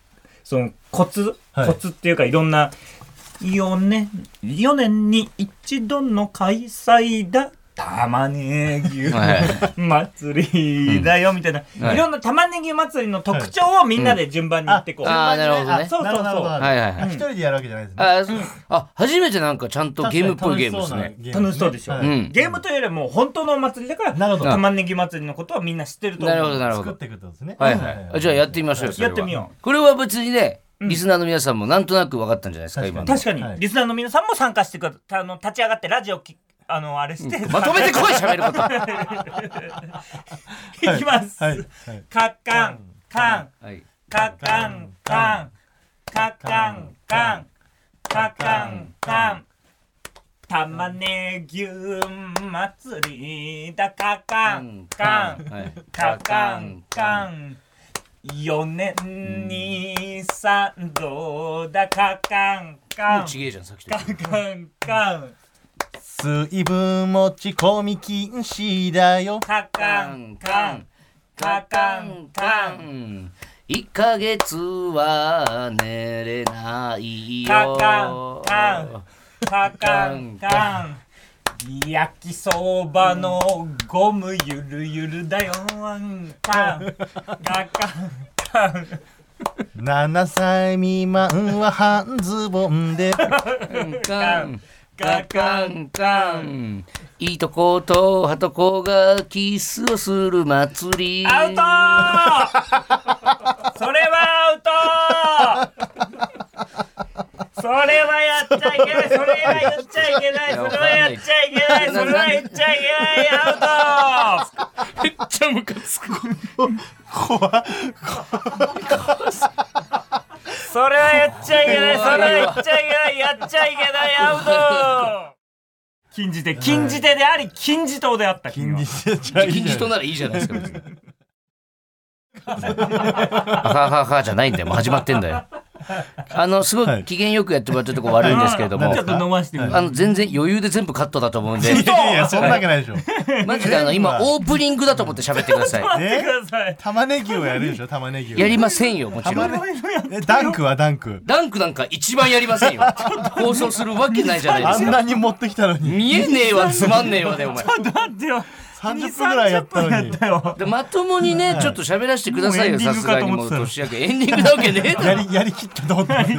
[SPEAKER 4] そのコツ、
[SPEAKER 3] はい
[SPEAKER 4] コツっていうかいろんな、4年、4年に一度の開催だ、玉ねぎ
[SPEAKER 2] は
[SPEAKER 4] (laughs) 祭りだよみたいな、
[SPEAKER 2] はい
[SPEAKER 4] いろんな玉ねぎ祭りの特徴をみんなで順番に言ってこう、
[SPEAKER 2] ああ、なるほどね。
[SPEAKER 4] そうそうそう
[SPEAKER 3] なるほどなるほど
[SPEAKER 2] はいはいはい
[SPEAKER 3] 一人でやるわけじゃないですね。
[SPEAKER 2] あそうあ、初めてなんかちゃんとゲームっぽいゲームですね。
[SPEAKER 3] ね
[SPEAKER 4] 楽しそうでしょ、
[SPEAKER 2] ん
[SPEAKER 4] ゲームというよりはもう本当のお祭りだから
[SPEAKER 3] なるほど
[SPEAKER 4] 玉ねぎ祭りのことはみんな知ってると思う
[SPEAKER 2] なるほど、なるほ
[SPEAKER 3] 作っ
[SPEAKER 2] ど。
[SPEAKER 3] ていくってことですね。
[SPEAKER 2] はいはい。あじゃあやってみましょうよ、それは
[SPEAKER 4] やってみよ
[SPEAKER 2] これは別にね、リスナーの皆さんもなんとなく分かったんじゃないですか、
[SPEAKER 3] 確か
[SPEAKER 2] 今
[SPEAKER 3] に
[SPEAKER 2] の。
[SPEAKER 4] 確かに、
[SPEAKER 3] はい
[SPEAKER 4] リスナーの皆さんも参加してくださいあの立ち上がってラジオきあのあれして、
[SPEAKER 2] まとめてこい、喋る
[SPEAKER 4] (laughs)
[SPEAKER 2] こと。
[SPEAKER 4] いきます、
[SPEAKER 3] はいはい
[SPEAKER 4] カッカンカン
[SPEAKER 2] はい。
[SPEAKER 4] カッカンカンカッカンカンカッカンカン玉ねぎ祭りだカッカンカン
[SPEAKER 2] はい
[SPEAKER 4] カカンカン4年に3度だカカンカ
[SPEAKER 2] もう
[SPEAKER 4] ン
[SPEAKER 2] ちげえじゃん、さっきと
[SPEAKER 4] カ。カンカン
[SPEAKER 3] 水分持ち込み禁止だよ。
[SPEAKER 4] カカンカンカカンカン
[SPEAKER 2] ン。一ヶ月は寝れないよ。
[SPEAKER 4] カカンカンカカンカン焼きそばのゴムゆるゆるだよカンカンカカンカン
[SPEAKER 3] 7歳未満は半ズボン
[SPEAKER 4] (laughs)
[SPEAKER 3] で。
[SPEAKER 2] カンカカンカンいいとことはとこがキスをする祭り
[SPEAKER 4] アウトーそれはアウトーそれはやっちゃいけないそれはやっちゃいけないそれはやっちゃいけないそれは言っちゃいけないアウトー
[SPEAKER 2] めっちゃムカつく
[SPEAKER 4] それはやっちゃいけないそれはやっちゃいけないやっちゃいけないアウト禁じ手禁じ手であり禁じ党であった君は
[SPEAKER 2] 金字とならいいじゃないですか別にあかあかあかじゃないんだよもう始まってんだよあのすご
[SPEAKER 3] はいい
[SPEAKER 2] 機嫌よくやってもらってるとこ悪いんですけれども
[SPEAKER 4] ちょっと飲ましてくださ
[SPEAKER 2] あの全然余裕で全部カットだと思うんで
[SPEAKER 3] いやいや、そんなわけないでしょ。
[SPEAKER 2] マジであの今オープニングだと思って喋ってください
[SPEAKER 4] い待ってください
[SPEAKER 3] 玉ねぎをやるでしょ、玉ねぎを。
[SPEAKER 2] やりませんよもちろ
[SPEAKER 3] 玉
[SPEAKER 2] ん
[SPEAKER 3] ねぎ。え、ダンクはダンク。
[SPEAKER 2] ダンクなんか一番やりませんよ。放送するわけないじゃないで
[SPEAKER 3] あ
[SPEAKER 2] す
[SPEAKER 3] ん
[SPEAKER 2] か。
[SPEAKER 3] なに持ってきたのに。
[SPEAKER 2] 見えねえわ、つまんねえわで、お前。
[SPEAKER 4] だってよ
[SPEAKER 3] 30分ぐらいやったのに。
[SPEAKER 4] だよ
[SPEAKER 2] でまともにね、ちょっと喋らせてくださいよ、
[SPEAKER 4] もうエンディ
[SPEAKER 2] さ
[SPEAKER 4] ング
[SPEAKER 2] すが
[SPEAKER 4] かと
[SPEAKER 2] に
[SPEAKER 4] 思
[SPEAKER 2] も
[SPEAKER 4] っ
[SPEAKER 2] う
[SPEAKER 4] てたの
[SPEAKER 2] 年明け。エンディングなわけねえだ
[SPEAKER 3] や
[SPEAKER 2] ろ。
[SPEAKER 3] り、やりきったと思ったのに。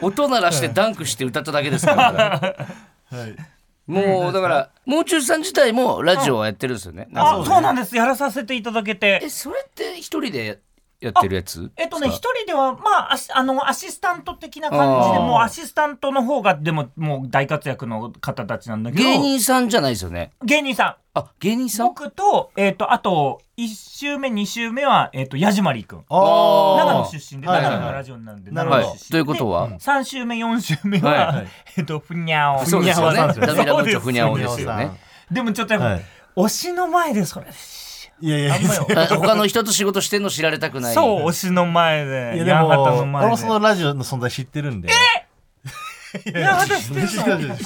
[SPEAKER 2] 音鳴らしてダンクして歌っただけですから。
[SPEAKER 3] はい。
[SPEAKER 2] もう、だから、もう中さん自体もラジオはやってるんですよね。なんか
[SPEAKER 4] あそうなんですやらさせていただけて
[SPEAKER 2] え、それって一人でやってるやつ
[SPEAKER 4] えっとね、
[SPEAKER 2] です
[SPEAKER 4] 一
[SPEAKER 2] か
[SPEAKER 4] 人では、まあ、アシあの、アシスタント的な感じで、
[SPEAKER 2] あー
[SPEAKER 4] もうアシスタントの方が、でも、もう大活躍の方たちなんだけど、
[SPEAKER 2] 芸人さんじゃないですよね。
[SPEAKER 4] 芸人さ
[SPEAKER 2] あ、芸人
[SPEAKER 4] ん。
[SPEAKER 2] さん
[SPEAKER 4] 僕と、えっ、と、あと、1週目、2週目は、えっ、と、矢島りくん。
[SPEAKER 2] あー
[SPEAKER 4] 長野出身で、
[SPEAKER 3] はいはい
[SPEAKER 4] 長野のラジオなんで、
[SPEAKER 3] なる
[SPEAKER 4] 長
[SPEAKER 3] ほど
[SPEAKER 2] は
[SPEAKER 4] 野出身
[SPEAKER 2] い。ということは、
[SPEAKER 4] 3週目、4週目は、
[SPEAKER 2] はい
[SPEAKER 4] えっと、ふにゃお。
[SPEAKER 2] そうですよね。
[SPEAKER 3] ふにゃおさんです
[SPEAKER 2] ダ
[SPEAKER 3] よ
[SPEAKER 2] ミラム
[SPEAKER 4] そうで
[SPEAKER 2] チョ
[SPEAKER 4] す
[SPEAKER 2] フニャオですよね。
[SPEAKER 4] でもちょっとやっぱ、
[SPEAKER 3] はい
[SPEAKER 4] 推しの前でそれ、
[SPEAKER 2] (laughs)
[SPEAKER 3] いやいや
[SPEAKER 4] あん
[SPEAKER 3] いや
[SPEAKER 4] ま。よ。
[SPEAKER 2] あ他の人と仕事してんの知られたくない。
[SPEAKER 4] そう、推しの前で
[SPEAKER 3] い、やで
[SPEAKER 4] 山
[SPEAKER 3] も
[SPEAKER 4] 形の
[SPEAKER 3] 俺
[SPEAKER 4] 前
[SPEAKER 3] も
[SPEAKER 4] で
[SPEAKER 3] そ。のラジオの存在知ってるんで。え
[SPEAKER 4] 山形知ってるの
[SPEAKER 2] い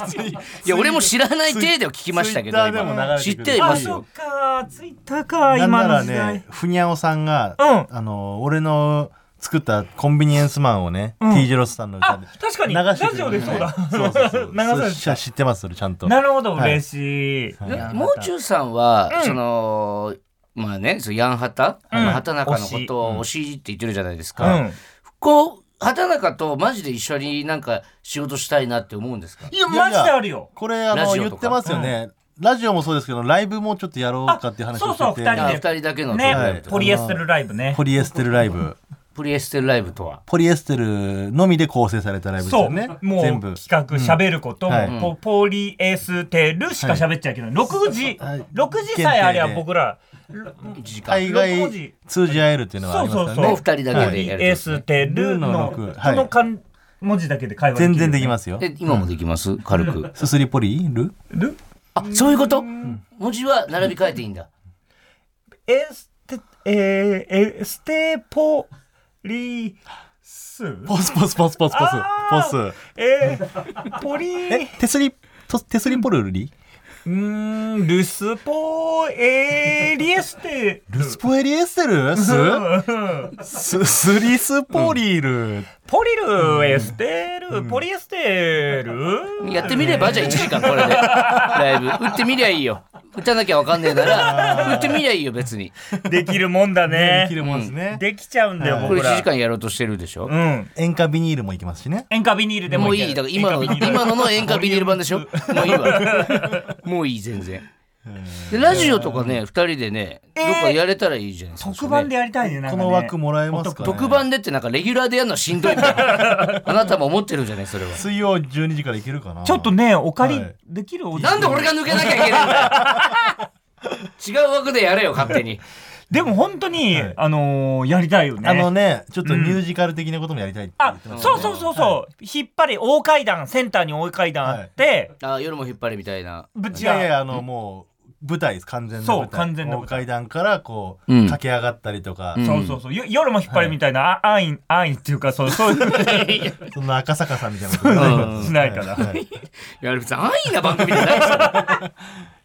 [SPEAKER 2] や、俺も知らない程度は聞きましたけど、
[SPEAKER 3] ツイッターでも流れ
[SPEAKER 2] 今
[SPEAKER 3] て
[SPEAKER 2] 知
[SPEAKER 3] くる
[SPEAKER 2] ってま
[SPEAKER 4] あ、
[SPEAKER 2] す
[SPEAKER 4] そっ
[SPEAKER 2] よ。
[SPEAKER 4] か、ツイッターか、
[SPEAKER 3] なん
[SPEAKER 4] 今
[SPEAKER 3] な
[SPEAKER 4] の
[SPEAKER 3] ら
[SPEAKER 4] 時代
[SPEAKER 3] ね。、ふにゃおさんが、
[SPEAKER 4] う
[SPEAKER 3] あの、俺の作ったコンビニエンスマンをね、
[SPEAKER 4] ん
[SPEAKER 3] T ジロスさんの歌
[SPEAKER 4] あ
[SPEAKER 3] で。、
[SPEAKER 4] 確かに、
[SPEAKER 3] 流
[SPEAKER 4] ラ
[SPEAKER 3] してくれる
[SPEAKER 4] ジオでそうだ。
[SPEAKER 3] そうそう
[SPEAKER 4] (laughs)
[SPEAKER 3] そう。
[SPEAKER 4] 流されてた
[SPEAKER 3] そう知ってます、それちゃんと。
[SPEAKER 4] なるほど、
[SPEAKER 3] はい
[SPEAKER 4] 嬉しい。
[SPEAKER 3] はい
[SPEAKER 2] でもう中さんは、その、まあね、そのヤンハタ、あの畑中のことを推しって言ってるじゃないです
[SPEAKER 4] う
[SPEAKER 2] か。
[SPEAKER 4] ん。
[SPEAKER 2] こう、畑中とマジで一緒になんか仕事したいなって思うんですか
[SPEAKER 4] いや、マジであるよ。
[SPEAKER 3] これ、あ
[SPEAKER 2] ラ
[SPEAKER 3] の、
[SPEAKER 2] ジオ
[SPEAKER 3] 言
[SPEAKER 2] とか
[SPEAKER 3] ってますよね。ラジオもそうですけど、ライブもちょっとやろうかっていう話を
[SPEAKER 4] あそう
[SPEAKER 3] し
[SPEAKER 4] そ
[SPEAKER 3] て
[SPEAKER 4] う
[SPEAKER 3] て
[SPEAKER 4] 二人
[SPEAKER 2] あ
[SPEAKER 4] で
[SPEAKER 2] 二人だけの
[SPEAKER 4] ね、
[SPEAKER 3] はい
[SPEAKER 4] ポリエステルライブね。
[SPEAKER 3] ポリエステルライブ。
[SPEAKER 2] プリエステルライブとは。
[SPEAKER 3] ポリエステルのみで構成されたライブです
[SPEAKER 4] そ
[SPEAKER 3] よ
[SPEAKER 4] う、
[SPEAKER 3] ね。
[SPEAKER 4] もう
[SPEAKER 3] 全
[SPEAKER 4] 企
[SPEAKER 3] 部。
[SPEAKER 4] 画喋ること
[SPEAKER 3] は
[SPEAKER 4] も、
[SPEAKER 3] い
[SPEAKER 4] ポポリエステルしか喋っちゃいけない。6時
[SPEAKER 3] はい、
[SPEAKER 4] 6時さえありゃ
[SPEAKER 3] 限定で
[SPEAKER 4] 僕ら、
[SPEAKER 2] 一時間。
[SPEAKER 3] 海
[SPEAKER 4] 六
[SPEAKER 3] 外
[SPEAKER 4] 時
[SPEAKER 3] 通じ合えるっていうのはあ
[SPEAKER 4] そう
[SPEAKER 3] りますか
[SPEAKER 4] そ
[SPEAKER 3] ら
[SPEAKER 4] うそ
[SPEAKER 3] ね。
[SPEAKER 4] う。
[SPEAKER 2] もう二人だけでやる
[SPEAKER 4] ポリエステルの、
[SPEAKER 3] ルーの六
[SPEAKER 4] この漢文字だけで会話。
[SPEAKER 3] 全然できますすよ。
[SPEAKER 2] え、今もできます軽く。
[SPEAKER 3] すすりポリル
[SPEAKER 4] ル
[SPEAKER 2] あ、そういうこと文字は並び替えていいんだ。
[SPEAKER 4] エステ、えー、エステポリス
[SPEAKER 3] ポスポスポスポスポス
[SPEAKER 4] あ。
[SPEAKER 3] ポス。
[SPEAKER 4] えー、ポリ
[SPEAKER 3] え、手すり、と手すりポルリ
[SPEAKER 4] うーん、ルスポーエリエステ。
[SPEAKER 3] ルスポエリエステルスススリスポリル。
[SPEAKER 4] ポリルエステル、ポリエステル。
[SPEAKER 2] やってみればじゃあ1時間これでライブ打ってみりゃいいよ打たなきゃわかんねえなら打ってみりゃいいよ別に
[SPEAKER 4] できるもんだ
[SPEAKER 3] でき
[SPEAKER 4] ね。
[SPEAKER 3] るもんですね。
[SPEAKER 4] できちゃうんだよ、
[SPEAKER 2] こ
[SPEAKER 4] 僕
[SPEAKER 2] れ1
[SPEAKER 4] ら
[SPEAKER 2] 時。間やろうとしてるでしょ
[SPEAKER 4] うん。
[SPEAKER 3] 塩化ビニールもいけますしね。
[SPEAKER 4] 塩化ビニールでも
[SPEAKER 2] もう
[SPEAKER 4] け
[SPEAKER 2] い
[SPEAKER 4] る
[SPEAKER 2] いだから今の
[SPEAKER 4] 塩化ビニール
[SPEAKER 2] 今のの演歌ビニール版でしょもういいわもういい全然でラジオとかね2人でねどっかやれたらいいじゃないですか
[SPEAKER 4] 特番でやりたいね、なん
[SPEAKER 3] こ
[SPEAKER 4] かね
[SPEAKER 3] の枠もらえますかね。
[SPEAKER 2] 特番でってなんかレギュラーでやるのはしんどいみたいなあなたも思ってるんじゃないそれは
[SPEAKER 3] 水曜12時からいけるかな。
[SPEAKER 4] ちょっとね、お借り
[SPEAKER 3] はい
[SPEAKER 4] できるおじ
[SPEAKER 2] なんで俺が抜けなきゃいけないんだよ (laughs) 違う枠でやれよ勝手に
[SPEAKER 4] でも本当に、あのーやりたいよね。
[SPEAKER 3] あのね、ちょっとミュージカル的なこともやりたいって言
[SPEAKER 4] あ
[SPEAKER 3] ってますね
[SPEAKER 4] そうそうそうそう、引っ張り大階段センターに大階段あって、
[SPEAKER 2] あ夜も引っ張りみたいな
[SPEAKER 4] ぶち
[SPEAKER 3] いやい
[SPEAKER 4] が
[SPEAKER 3] やあのもう舞台です完全な
[SPEAKER 4] そう
[SPEAKER 3] 舞台
[SPEAKER 4] 完全な舞
[SPEAKER 3] もう
[SPEAKER 4] 台
[SPEAKER 3] 階段からこう、
[SPEAKER 2] うん
[SPEAKER 3] 駆け上がったりとか、
[SPEAKER 2] うん
[SPEAKER 4] そうそうそうよ夜も引っ張りみたいな、あ安易安易っていうかそうそういう
[SPEAKER 3] その赤坂さんみたいなことね
[SPEAKER 2] うん
[SPEAKER 4] しないから、
[SPEAKER 3] はいはい
[SPEAKER 2] いや別に安易な番組じゃないですよ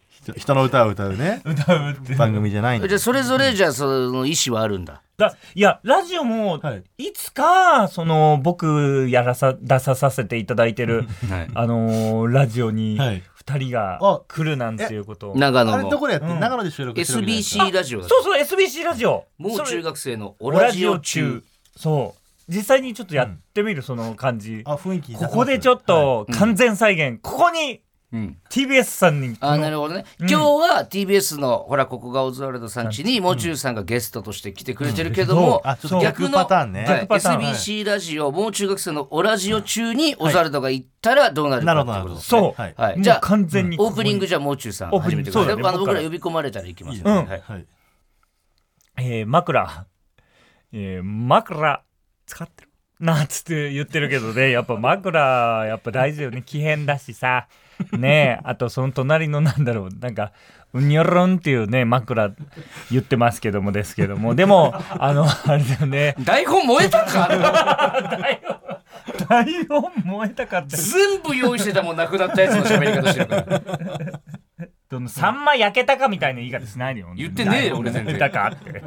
[SPEAKER 3] 人人の歌を歌うね
[SPEAKER 4] 歌うって
[SPEAKER 3] 番組じゃないんで
[SPEAKER 2] じゃあそれぞれじゃあその意思はあるんだ
[SPEAKER 4] だいやラジオも、
[SPEAKER 3] はい
[SPEAKER 4] い、つかその僕やらさ出ささせていただいてる
[SPEAKER 2] はい
[SPEAKER 4] あのーラジオに
[SPEAKER 3] はい
[SPEAKER 4] 二人
[SPEAKER 3] あ
[SPEAKER 4] が来るなんていうことを、
[SPEAKER 2] 長
[SPEAKER 3] あ
[SPEAKER 2] 野
[SPEAKER 3] れど
[SPEAKER 2] の
[SPEAKER 3] こでやって、
[SPEAKER 4] うん
[SPEAKER 3] 長野で収録してるわけじゃない
[SPEAKER 2] SBC ラジオだ
[SPEAKER 4] そうそう SBC ラジオ
[SPEAKER 2] もう
[SPEAKER 4] それ
[SPEAKER 2] 中学生のオ
[SPEAKER 4] オ
[SPEAKER 2] ラ
[SPEAKER 4] ラ
[SPEAKER 2] ジ
[SPEAKER 4] ジ
[SPEAKER 2] オ
[SPEAKER 4] オ
[SPEAKER 2] 中
[SPEAKER 4] 中そう実際にちょっとやってみる、その感じ
[SPEAKER 3] ですかあ雰囲気
[SPEAKER 4] ここでちょっと完全再現、ここに
[SPEAKER 2] うん、
[SPEAKER 4] TBS さんに
[SPEAKER 2] あーなるほどね、今日は TBS のほらここがオズワルドさん家にもう中さんがゲストとして来てくれてるけども、
[SPEAKER 3] うんあちょっと逆パターンね
[SPEAKER 2] はい
[SPEAKER 4] 逆パターン
[SPEAKER 2] SBC ラジオもう中学生のオラジオ中にオズワルドが行ったらどうなる
[SPEAKER 3] なる
[SPEAKER 2] かっ
[SPEAKER 3] ほ
[SPEAKER 2] て
[SPEAKER 3] どなるほど
[SPEAKER 2] ことです
[SPEAKER 4] そう
[SPEAKER 3] はい
[SPEAKER 2] は
[SPEAKER 4] も
[SPEAKER 2] いうじゃあ
[SPEAKER 4] 完全に
[SPEAKER 2] オープニングじゃあもう中さん
[SPEAKER 4] オー
[SPEAKER 2] 始
[SPEAKER 4] プニ
[SPEAKER 2] め
[SPEAKER 4] ン
[SPEAKER 2] て
[SPEAKER 4] グ
[SPEAKER 2] ください、
[SPEAKER 4] そうだ
[SPEAKER 2] や
[SPEAKER 4] ね
[SPEAKER 2] っぱあの
[SPEAKER 4] 僕
[SPEAKER 2] 僕
[SPEAKER 4] から
[SPEAKER 2] ら呼び込まれたら行きましょう、
[SPEAKER 4] うん
[SPEAKER 2] はい
[SPEAKER 3] はい
[SPEAKER 4] えー枕、えー枕使ってるなんつって言ってるけどねやっぱ枕やっぱ大事よね奇変だしさねえあとその隣のなんだろうなんかうにょろんっていうね枕言ってますけどもですけどもでもあのあれだよね
[SPEAKER 2] 台本燃えたんか
[SPEAKER 4] 体温燃えたかった
[SPEAKER 2] 全部用意してたもんなくなったやつの喋り方してるから
[SPEAKER 4] どのサンマ焼けたかみたいな言い方しないでよ
[SPEAKER 2] 言ってねえよ俺
[SPEAKER 4] (laughs)
[SPEAKER 2] 全然
[SPEAKER 4] だかって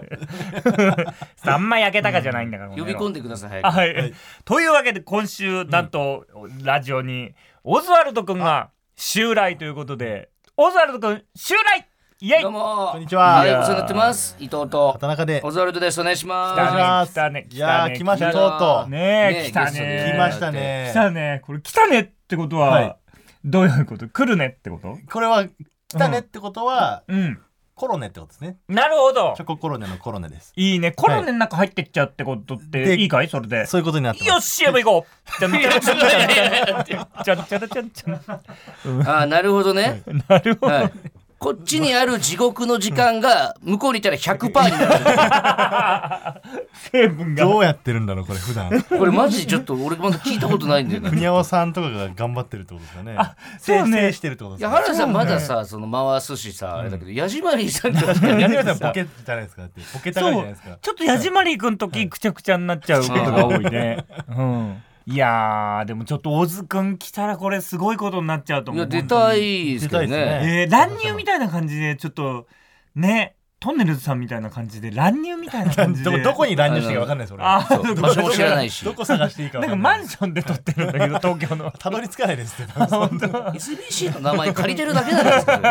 [SPEAKER 4] サンマ焼けたかじゃないんだから
[SPEAKER 2] 呼び込ん
[SPEAKER 4] で
[SPEAKER 2] でください早く
[SPEAKER 4] はい、というわけで今週なんと、ラジオにオズワルド君が襲来ということでオズワルド君襲来イエイ
[SPEAKER 2] どうも
[SPEAKER 3] こんにちは
[SPEAKER 2] はいお世話になってます伊藤と
[SPEAKER 3] 田中で
[SPEAKER 2] オズワルドですお願いしま
[SPEAKER 4] 来
[SPEAKER 3] お
[SPEAKER 2] す
[SPEAKER 3] 願いします
[SPEAKER 4] たね来たね
[SPEAKER 3] いやー来ました
[SPEAKER 2] 来
[SPEAKER 3] と
[SPEAKER 2] た
[SPEAKER 3] うとう
[SPEAKER 4] ね
[SPEAKER 2] ね
[SPEAKER 4] え来た
[SPEAKER 2] ゲスト
[SPEAKER 4] ね
[SPEAKER 2] に
[SPEAKER 3] 来ましたね
[SPEAKER 4] 来たねこれ来たねってことは、
[SPEAKER 3] はい
[SPEAKER 4] どういうこと来るねってこと
[SPEAKER 3] これは来たねってことは、
[SPEAKER 4] うん
[SPEAKER 3] コロネってことですね
[SPEAKER 4] なるほど
[SPEAKER 3] チョココロネのコロネです
[SPEAKER 4] いいねコロネの中入ってっちゃうってことって
[SPEAKER 3] で
[SPEAKER 4] いいかいそれで
[SPEAKER 3] そういうことになって
[SPEAKER 4] よ
[SPEAKER 3] ま
[SPEAKER 4] っ
[SPEAKER 3] す
[SPEAKER 4] し CM 行こうちゃんちゃんちゃんちゃんちゃんちゃんちゃんちゃん
[SPEAKER 2] ああなるほどね、
[SPEAKER 4] なるほど
[SPEAKER 2] はい、こっちにある地獄の時間が向こうにいたら100%になる
[SPEAKER 4] 成分が
[SPEAKER 3] どうやってるんだろうこれ普
[SPEAKER 4] (laughs)
[SPEAKER 3] 段
[SPEAKER 2] これマジちょっと俺まだ聞いたことないんだよ
[SPEAKER 3] ふに
[SPEAKER 2] ね
[SPEAKER 3] ゃおさんとかが頑張ってるってことですかね
[SPEAKER 4] そうね
[SPEAKER 3] 制制してるってこと
[SPEAKER 2] い
[SPEAKER 3] です
[SPEAKER 2] や
[SPEAKER 3] かね
[SPEAKER 2] 原田さんまださその回すしさあれだけど矢島りさんとかや
[SPEAKER 3] やり
[SPEAKER 2] る
[SPEAKER 3] 方
[SPEAKER 2] けど
[SPEAKER 3] はボ
[SPEAKER 2] さ
[SPEAKER 3] ケじゃないですかだってボケたがりじ
[SPEAKER 4] そ
[SPEAKER 3] ゃないうですか
[SPEAKER 4] ちょっと矢島りくん時くちゃくちゃになっちゃうことが多いねうんいやーでもちょっと大津くん来たらこれすごいことになっちゃうと
[SPEAKER 2] い
[SPEAKER 4] 思う
[SPEAKER 2] や出た
[SPEAKER 4] 本
[SPEAKER 2] いですけど
[SPEAKER 3] 出たいです
[SPEAKER 4] 当に
[SPEAKER 2] ね
[SPEAKER 3] ね
[SPEAKER 4] えー乱入みたいな感じでちょっとねトンネルズさんみたいな感じで乱入みたいな感じ (laughs)
[SPEAKER 3] ど
[SPEAKER 4] で
[SPEAKER 3] どこに乱入していいか分かんないです俺
[SPEAKER 4] あ
[SPEAKER 2] そ
[SPEAKER 4] ー
[SPEAKER 2] う場所も知らないし
[SPEAKER 3] どこ探していいか
[SPEAKER 4] (laughs) な
[SPEAKER 3] 分
[SPEAKER 4] ん
[SPEAKER 3] か
[SPEAKER 4] か
[SPEAKER 3] んな
[SPEAKER 4] マ
[SPEAKER 3] い
[SPEAKER 4] ンションで撮ってるんだけど東京の
[SPEAKER 3] たどり着かないです
[SPEAKER 4] (laughs)
[SPEAKER 3] って多分
[SPEAKER 2] SBC の名前借りてるだけなんですけどね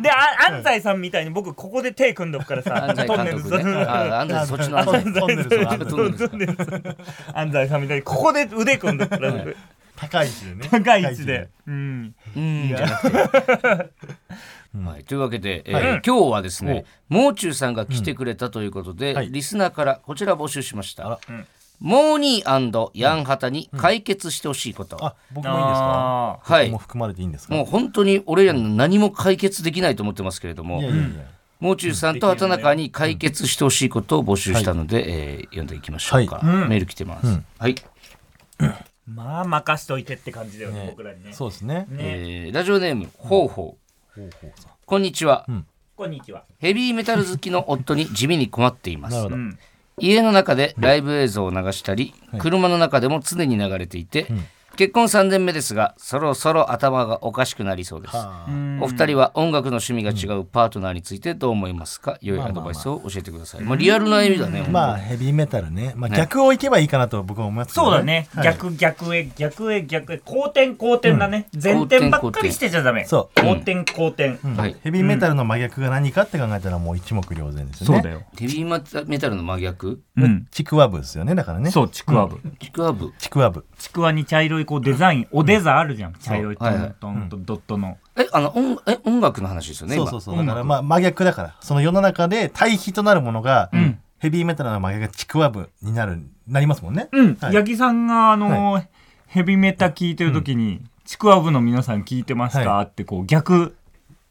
[SPEAKER 4] で、あ安西さんみたいに僕ここで手組んどくからさ、
[SPEAKER 2] 安西監督ねあ安西そっちの安西
[SPEAKER 3] トンネルズは
[SPEAKER 2] トンネルズ
[SPEAKER 4] そうです安西さんみたいにここで腕組んどくから、
[SPEAKER 2] はい
[SPEAKER 3] 高い位置でね
[SPEAKER 4] 高い位置で。うん。
[SPEAKER 2] うーんじゃなくて。はい、というわけで、えー
[SPEAKER 3] は
[SPEAKER 2] 今日はですねもう中さんが来てくれたということで、
[SPEAKER 3] はい
[SPEAKER 2] リスナーからこちら募集しました
[SPEAKER 3] あら
[SPEAKER 4] うん
[SPEAKER 2] 「モーニーヤンハタに解決してほしいこと」
[SPEAKER 3] あ僕もいいんですか
[SPEAKER 4] あー
[SPEAKER 2] はい
[SPEAKER 3] もう含まれていいんですか
[SPEAKER 2] もう本当に俺らの何も解決できないと思ってますけれども
[SPEAKER 3] いやいやいや
[SPEAKER 2] もう中さんと畑中に解決してほしいことを募集したので、えー読んでいきましょうか、
[SPEAKER 4] はいうん
[SPEAKER 2] メール来てます、はい
[SPEAKER 4] まあ、任しといてって感じだよね、僕らにね。
[SPEAKER 3] そうですね
[SPEAKER 4] ね、
[SPEAKER 2] えーラジオネームほうほうこんにちは、
[SPEAKER 4] こんにちは。
[SPEAKER 2] ヘビーメタル好きの夫に地味に困っています
[SPEAKER 3] なるほ
[SPEAKER 4] う
[SPEAKER 3] ど
[SPEAKER 4] ん。
[SPEAKER 2] 家の中でライブ映像を流したり、車の中でも常に流れていて、結婚3年目ですがそろそろ頭がおかしくなりそうですお二人は音楽の趣味が違うパートナーについてどう思いますか、良いアドバイスを教えてください、まあリアルな悩みだね、本当
[SPEAKER 3] まあヘビーメタルね、まあ、逆をいけばいいかなと僕は思いますけど
[SPEAKER 4] そうだね、逆逆へ逆へ逆へ後転後転だね、前転ばっかりしてちゃダメ
[SPEAKER 3] そ
[SPEAKER 4] 後転後転、
[SPEAKER 2] はい
[SPEAKER 3] ヘビーメタルの真逆が何かって考えたらもう一目瞭然ですよね。
[SPEAKER 5] そうだ。よ。
[SPEAKER 2] ヘビーメタルの真逆
[SPEAKER 4] うん
[SPEAKER 3] ちくわぶですよね、だからね。
[SPEAKER 5] そう、ちくわぶ。
[SPEAKER 2] ちくわぶ
[SPEAKER 3] ちくわぶ。
[SPEAKER 4] ちくわに茶色いこうデザイン、おデザあるじゃん茶色いト
[SPEAKER 2] はいはい
[SPEAKER 4] ントンとドットの、
[SPEAKER 2] えあの音え音楽の話ですよね
[SPEAKER 3] そ
[SPEAKER 2] 今
[SPEAKER 3] うそうそう。だからまあ真逆だから。その世の中で対比となるものが、ヘビーメタルの真逆がちくわぶになる、なりますもんね。
[SPEAKER 4] うん、
[SPEAKER 3] はい
[SPEAKER 4] 八木さんがあのーヘビメタ聞いてる時に、ちくわ部の皆さん聞いてました、
[SPEAKER 3] は
[SPEAKER 4] ってこう逆、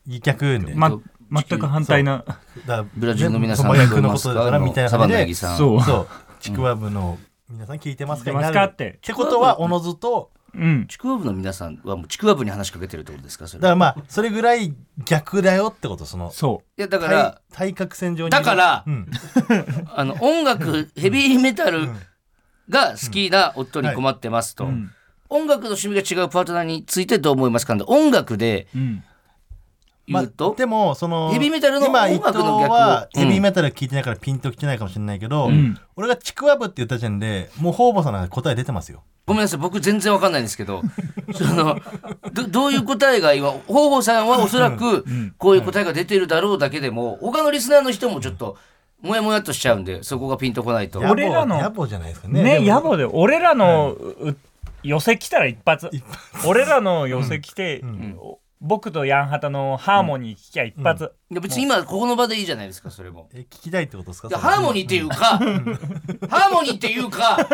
[SPEAKER 3] 逆で。
[SPEAKER 4] ま
[SPEAKER 2] えっと、
[SPEAKER 4] 全く反対な
[SPEAKER 3] だから
[SPEAKER 2] ブラジルの皆さん
[SPEAKER 3] その真
[SPEAKER 2] 聞こえ
[SPEAKER 3] 逆の
[SPEAKER 2] ま
[SPEAKER 3] こ
[SPEAKER 2] す
[SPEAKER 3] と
[SPEAKER 2] か
[SPEAKER 3] だからみたいな
[SPEAKER 2] サバ
[SPEAKER 3] 感じ
[SPEAKER 2] ンナ八
[SPEAKER 3] で
[SPEAKER 2] 木。さん
[SPEAKER 4] そう、
[SPEAKER 3] そう。ちくわぶの皆さん聞いてますか
[SPEAKER 4] 聞いてますかって
[SPEAKER 3] ってことは、おのずと、
[SPEAKER 4] うん、
[SPEAKER 2] ちくわぶの皆さんはもうちくわぶに話しかけてるってことですかそれ
[SPEAKER 3] だからまあ、それぐらい逆だよってこと、その。
[SPEAKER 4] そ
[SPEAKER 2] いやだから
[SPEAKER 3] 対対角線上にいる。
[SPEAKER 2] だから
[SPEAKER 3] うん。
[SPEAKER 2] あの音楽ヘビーメタルが好きな夫に困ってますと、
[SPEAKER 4] ん
[SPEAKER 2] 音楽の趣味が違うパートナーについてどう思いますかで音楽で
[SPEAKER 4] う、うん、
[SPEAKER 2] 言うと、
[SPEAKER 3] でもその
[SPEAKER 2] ヘビーメタルの
[SPEAKER 3] 今伊
[SPEAKER 2] 音
[SPEAKER 3] 藤
[SPEAKER 2] 楽の逆を
[SPEAKER 3] は
[SPEAKER 2] うん
[SPEAKER 3] ヘビーメタル聞いてないからピンときてないかもしれないけど、俺が「ちくわぶ」って言った時点でもう方々さんが答え出てますよ。
[SPEAKER 2] ごめんなさい僕全然わかんないんですけど (laughs) そのどどういう答えが今方法さんはおそらくこういう答えが出てるだろうだけでも他のリスナーの人もちょっともやもやっとしちゃうんでそこがピンとこないと。
[SPEAKER 3] 野暮
[SPEAKER 4] 俺らの
[SPEAKER 3] 野暮じゃないですかね。で
[SPEAKER 4] ね
[SPEAKER 3] も
[SPEAKER 4] 野暮で俺らの、う寄せ来たら一発俺らの寄せ来て、お僕とヤンハタのハーモニー聞きゃ一発、
[SPEAKER 2] いや別に今ここの場でいいじゃないですかそれも。
[SPEAKER 3] え聞きたいってことですか
[SPEAKER 2] いやハーモニーっていうか、ハーモニーっていうか、方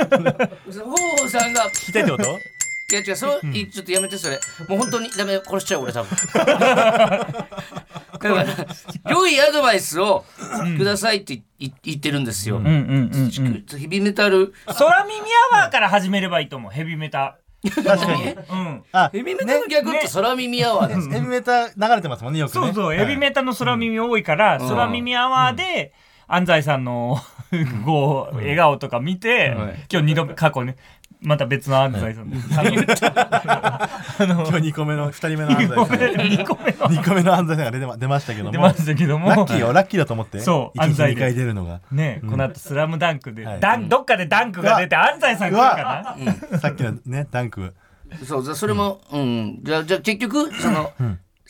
[SPEAKER 2] 法さんが、
[SPEAKER 4] 聞きたいってこと
[SPEAKER 2] いや違う、そう、いちょっとやめてそれ。もう本当にダメ、殺しちゃう俺多分。 (laughs) だから、良いアドバイスをくださいって言言ってるんですよ。
[SPEAKER 4] うんうんうん、うん、
[SPEAKER 2] ちくヘビメタル、
[SPEAKER 4] 空耳アワーから始めればいいと思うヘビメタ
[SPEAKER 3] それ確かに。
[SPEAKER 4] うん
[SPEAKER 3] あ
[SPEAKER 2] ヘビメタルの逆って空耳アワーです。
[SPEAKER 3] ヘビーメタル流れてますもんねよくね。
[SPEAKER 4] そうそう、
[SPEAKER 3] はい
[SPEAKER 4] エビメタの空耳多いから、
[SPEAKER 2] ん
[SPEAKER 4] 空耳アワーで、安西さんの、こう、笑顔とか見て、今日二度目、過去ね、また別の安西さんの、 (laughs)
[SPEAKER 3] 今日2個目の2人目の安西さん
[SPEAKER 4] 2個目の
[SPEAKER 3] 2個目の安西さんが出てま出ましたけども
[SPEAKER 4] 出ましたけども
[SPEAKER 3] ラッキーよラッキーだと思って
[SPEAKER 4] そう
[SPEAKER 3] 1
[SPEAKER 4] 安
[SPEAKER 3] 日
[SPEAKER 4] 西で
[SPEAKER 3] 2回出るのが
[SPEAKER 4] ね、この後スラムダンクで、
[SPEAKER 3] はい
[SPEAKER 4] ダンどっかでダンクが出て、安西さん来るかな
[SPEAKER 3] さっきのねダンク
[SPEAKER 2] そう、じゃあそれも、うん、じゃあ、じゃあ結局、その、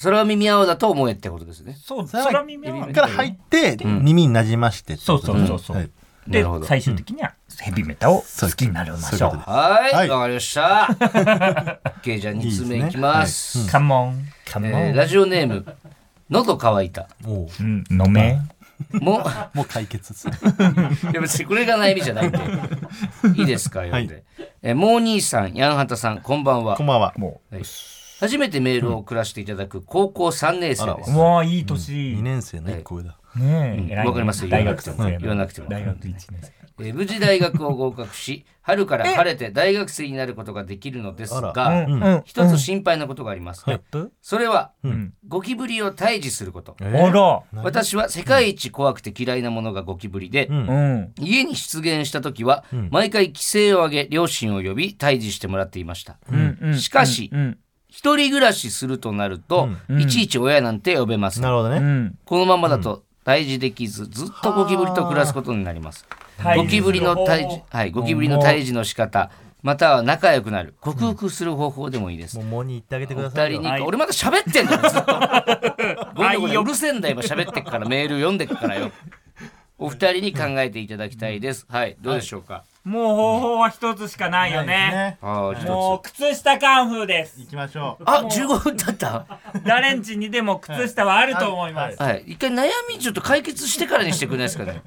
[SPEAKER 2] 空耳アワーだと思えってことですね。
[SPEAKER 4] そう、空耳アワー
[SPEAKER 3] から入って耳になじましてってことですね
[SPEAKER 4] そうそうそうそう
[SPEAKER 3] はい
[SPEAKER 2] な
[SPEAKER 4] で
[SPEAKER 2] るほ、ど
[SPEAKER 4] 最終的にはヘビメタを好きになりま
[SPEAKER 3] そう
[SPEAKER 4] し
[SPEAKER 3] いう
[SPEAKER 4] ょ
[SPEAKER 3] ことで
[SPEAKER 4] う。
[SPEAKER 2] は、
[SPEAKER 3] はいい
[SPEAKER 2] わかりました。ケイちゃん2つ目いきます。
[SPEAKER 4] カモン、カモン。
[SPEAKER 2] えーラジオネーム、喉乾いた。
[SPEAKER 3] もう
[SPEAKER 4] うん、飲め。
[SPEAKER 2] も
[SPEAKER 3] もう解決する。
[SPEAKER 2] う、いや別にこれが悩みじゃないんで。いいですか、読んで。えーモーニーさん、ヤンハタさん、こんばんは
[SPEAKER 3] こん。ばんは。
[SPEAKER 4] も
[SPEAKER 2] 初めてメールを送らせていただく高校3年生で
[SPEAKER 4] う、
[SPEAKER 2] す。
[SPEAKER 4] もういい
[SPEAKER 3] 2年
[SPEAKER 4] 年。
[SPEAKER 3] 生の1個上だ。
[SPEAKER 4] ね
[SPEAKER 2] うん
[SPEAKER 4] え偉いね
[SPEAKER 2] わかりますよ
[SPEAKER 4] 大学生
[SPEAKER 2] 言わなくても
[SPEAKER 4] 大学1年生。
[SPEAKER 2] えー無事大学を合格し、春から晴れて大学生になることができるのです
[SPEAKER 4] う
[SPEAKER 2] が、
[SPEAKER 4] んうん。
[SPEAKER 2] 一つ心配なことがあります。それは、ゴキブリを退治すること。
[SPEAKER 3] え
[SPEAKER 4] あら。
[SPEAKER 2] 私は世界一怖くて嫌いなものがゴキブリで、
[SPEAKER 4] うん。
[SPEAKER 2] 家に出現した時は、毎回規制を上げ両親を呼び退治してもらっていました、しかし、
[SPEAKER 4] うん。
[SPEAKER 2] 一人暮らしするとなると、いちいち親なんて呼べません、
[SPEAKER 3] なるほど
[SPEAKER 4] う
[SPEAKER 3] ね。
[SPEAKER 4] ん。
[SPEAKER 2] このままだと退治できずずっとゴキブリと暮らすことになりますゴキブリの退治はいゴキブリの退治の仕方または仲良くなる克服する方法でもいいです、
[SPEAKER 3] もうモに行ってあげてく
[SPEAKER 2] お
[SPEAKER 3] ださ
[SPEAKER 2] 二
[SPEAKER 3] いよ。
[SPEAKER 2] 人に、
[SPEAKER 4] はい
[SPEAKER 2] 俺まだ喋ってん
[SPEAKER 4] (laughs)
[SPEAKER 2] だよずっとごめんごめんうるせえんだよ今喋ってっからメール読んでっからよお二人に考えていただきたいですはいどうでしょうか、
[SPEAKER 4] もう方法は一つしかないよね。
[SPEAKER 3] ね。
[SPEAKER 2] あー一つ
[SPEAKER 4] もう靴下カンフーです。
[SPEAKER 3] 行きましょう。
[SPEAKER 2] あ15分経った
[SPEAKER 4] 誰んちにでも靴下はあると思います。
[SPEAKER 2] はい一回悩みちょっと解決してからにしてくれないですかね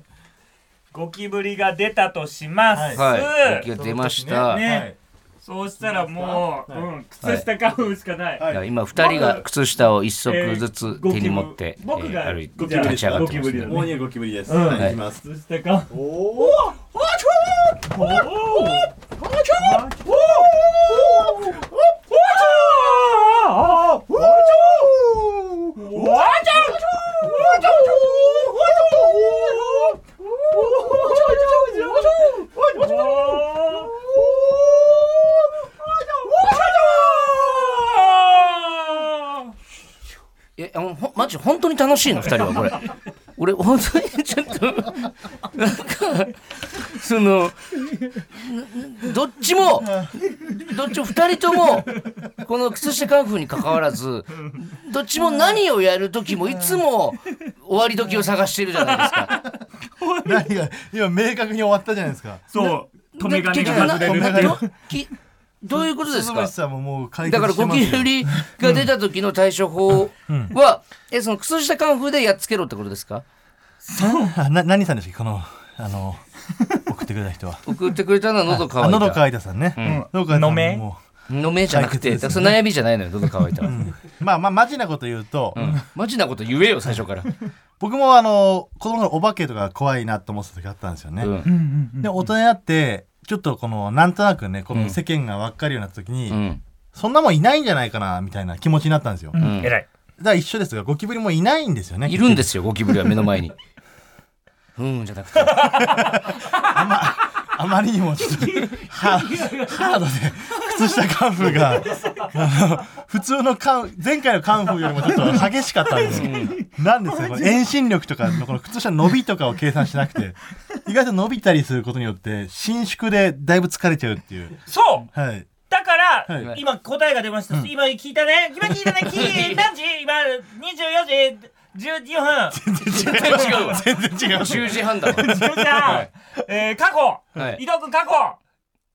[SPEAKER 4] ゴキブリが出たとします。
[SPEAKER 2] はい動きが出ました、
[SPEAKER 4] ねそうしたらもう、うん、靴下カンフーしかない。
[SPEAKER 2] いや今二人が靴下を一足ずつ手に持って、
[SPEAKER 4] えーゴキブリ僕が
[SPEAKER 2] えー歩いて
[SPEAKER 4] ゴキブリ
[SPEAKER 2] 立ち上がってま
[SPEAKER 4] ゴキブ
[SPEAKER 2] すね
[SPEAKER 4] リだね
[SPEAKER 3] にはゴキブリです。
[SPEAKER 4] ん
[SPEAKER 3] はい
[SPEAKER 2] は
[SPEAKER 3] 行
[SPEAKER 2] い
[SPEAKER 3] きます。
[SPEAKER 4] 靴下カンフー。
[SPEAKER 3] おお。
[SPEAKER 4] おお
[SPEAKER 2] えあのほんマジ本当に楽しいの二人はこれ俺本当にちょっとなんかそのなどっちもどっちも二人ともこの靴下カンフーに関わらずどっちも何をやる時もいつも終わり時を探してるじゃないですか。
[SPEAKER 3] (laughs) 何が今明確に終わったじゃないですか
[SPEAKER 4] そう止め金
[SPEAKER 2] 結
[SPEAKER 4] が
[SPEAKER 2] 局
[SPEAKER 4] 外
[SPEAKER 2] な
[SPEAKER 4] れ
[SPEAKER 3] 止め金
[SPEAKER 4] るっていう
[SPEAKER 2] どきどういうことです
[SPEAKER 3] 鈴
[SPEAKER 2] か
[SPEAKER 3] 虫さんももう解
[SPEAKER 2] だ
[SPEAKER 3] 決
[SPEAKER 2] から
[SPEAKER 3] して
[SPEAKER 2] ゴ
[SPEAKER 3] ます
[SPEAKER 2] キ
[SPEAKER 3] よ
[SPEAKER 2] ブリが出た時の対処法は、えその靴下カンフーでやっつけろってことですか
[SPEAKER 3] あな何さんでしたっけこのあの (laughs) 送ってくれた人は
[SPEAKER 2] 送ってくれたのは喉乾
[SPEAKER 3] あ
[SPEAKER 2] いた。
[SPEAKER 3] 喉乾いたさんね、喉乾いたさん
[SPEAKER 4] 飲め
[SPEAKER 3] も
[SPEAKER 2] 飲めじゃなくて、
[SPEAKER 3] 解決で
[SPEAKER 2] だ
[SPEAKER 3] すね
[SPEAKER 2] その悩みじゃないのよ、喉乾いたは。
[SPEAKER 3] うまあまあマジなこと言うと、
[SPEAKER 2] うんマジなこと言えよ、最初から。
[SPEAKER 3] 僕もあの子供の頃お化けとか怖いなと思ってた時あったんですよね、
[SPEAKER 2] う
[SPEAKER 4] うんんうんうん
[SPEAKER 3] で大人になってちょっとこのなんとなくねこの世間が分かるようになった時に、
[SPEAKER 2] うん
[SPEAKER 3] そんなもんいないんじゃないかなみたいな気持ちになったんですよ、
[SPEAKER 4] う
[SPEAKER 3] だか
[SPEAKER 4] ん偉い
[SPEAKER 3] ら一緒ですがゴキブリもいないんですよね
[SPEAKER 2] いるんですよ、ゴキブリは目の前に。うんじゃなくて。
[SPEAKER 3] あまりにもちょっとハハードで靴下カンフーがあの普通のカン前回のカンフーよりもちょっと激しかったんですよなんですよこの遠心力とかのこの靴下の伸びとかを計算しなくて意外と伸びたりすることによって伸縮でだいぶ疲れちゃうっていう
[SPEAKER 4] そう
[SPEAKER 3] はい
[SPEAKER 4] だから、
[SPEAKER 3] はい
[SPEAKER 4] 今答えが出ました、今聞いたね今聞いたね聞い何時今24時12分
[SPEAKER 2] 全然違うわ。
[SPEAKER 3] 全然違う
[SPEAKER 2] 10時半だわ。
[SPEAKER 4] じゃあ、えー、過去、
[SPEAKER 2] はい
[SPEAKER 4] 伊藤君過去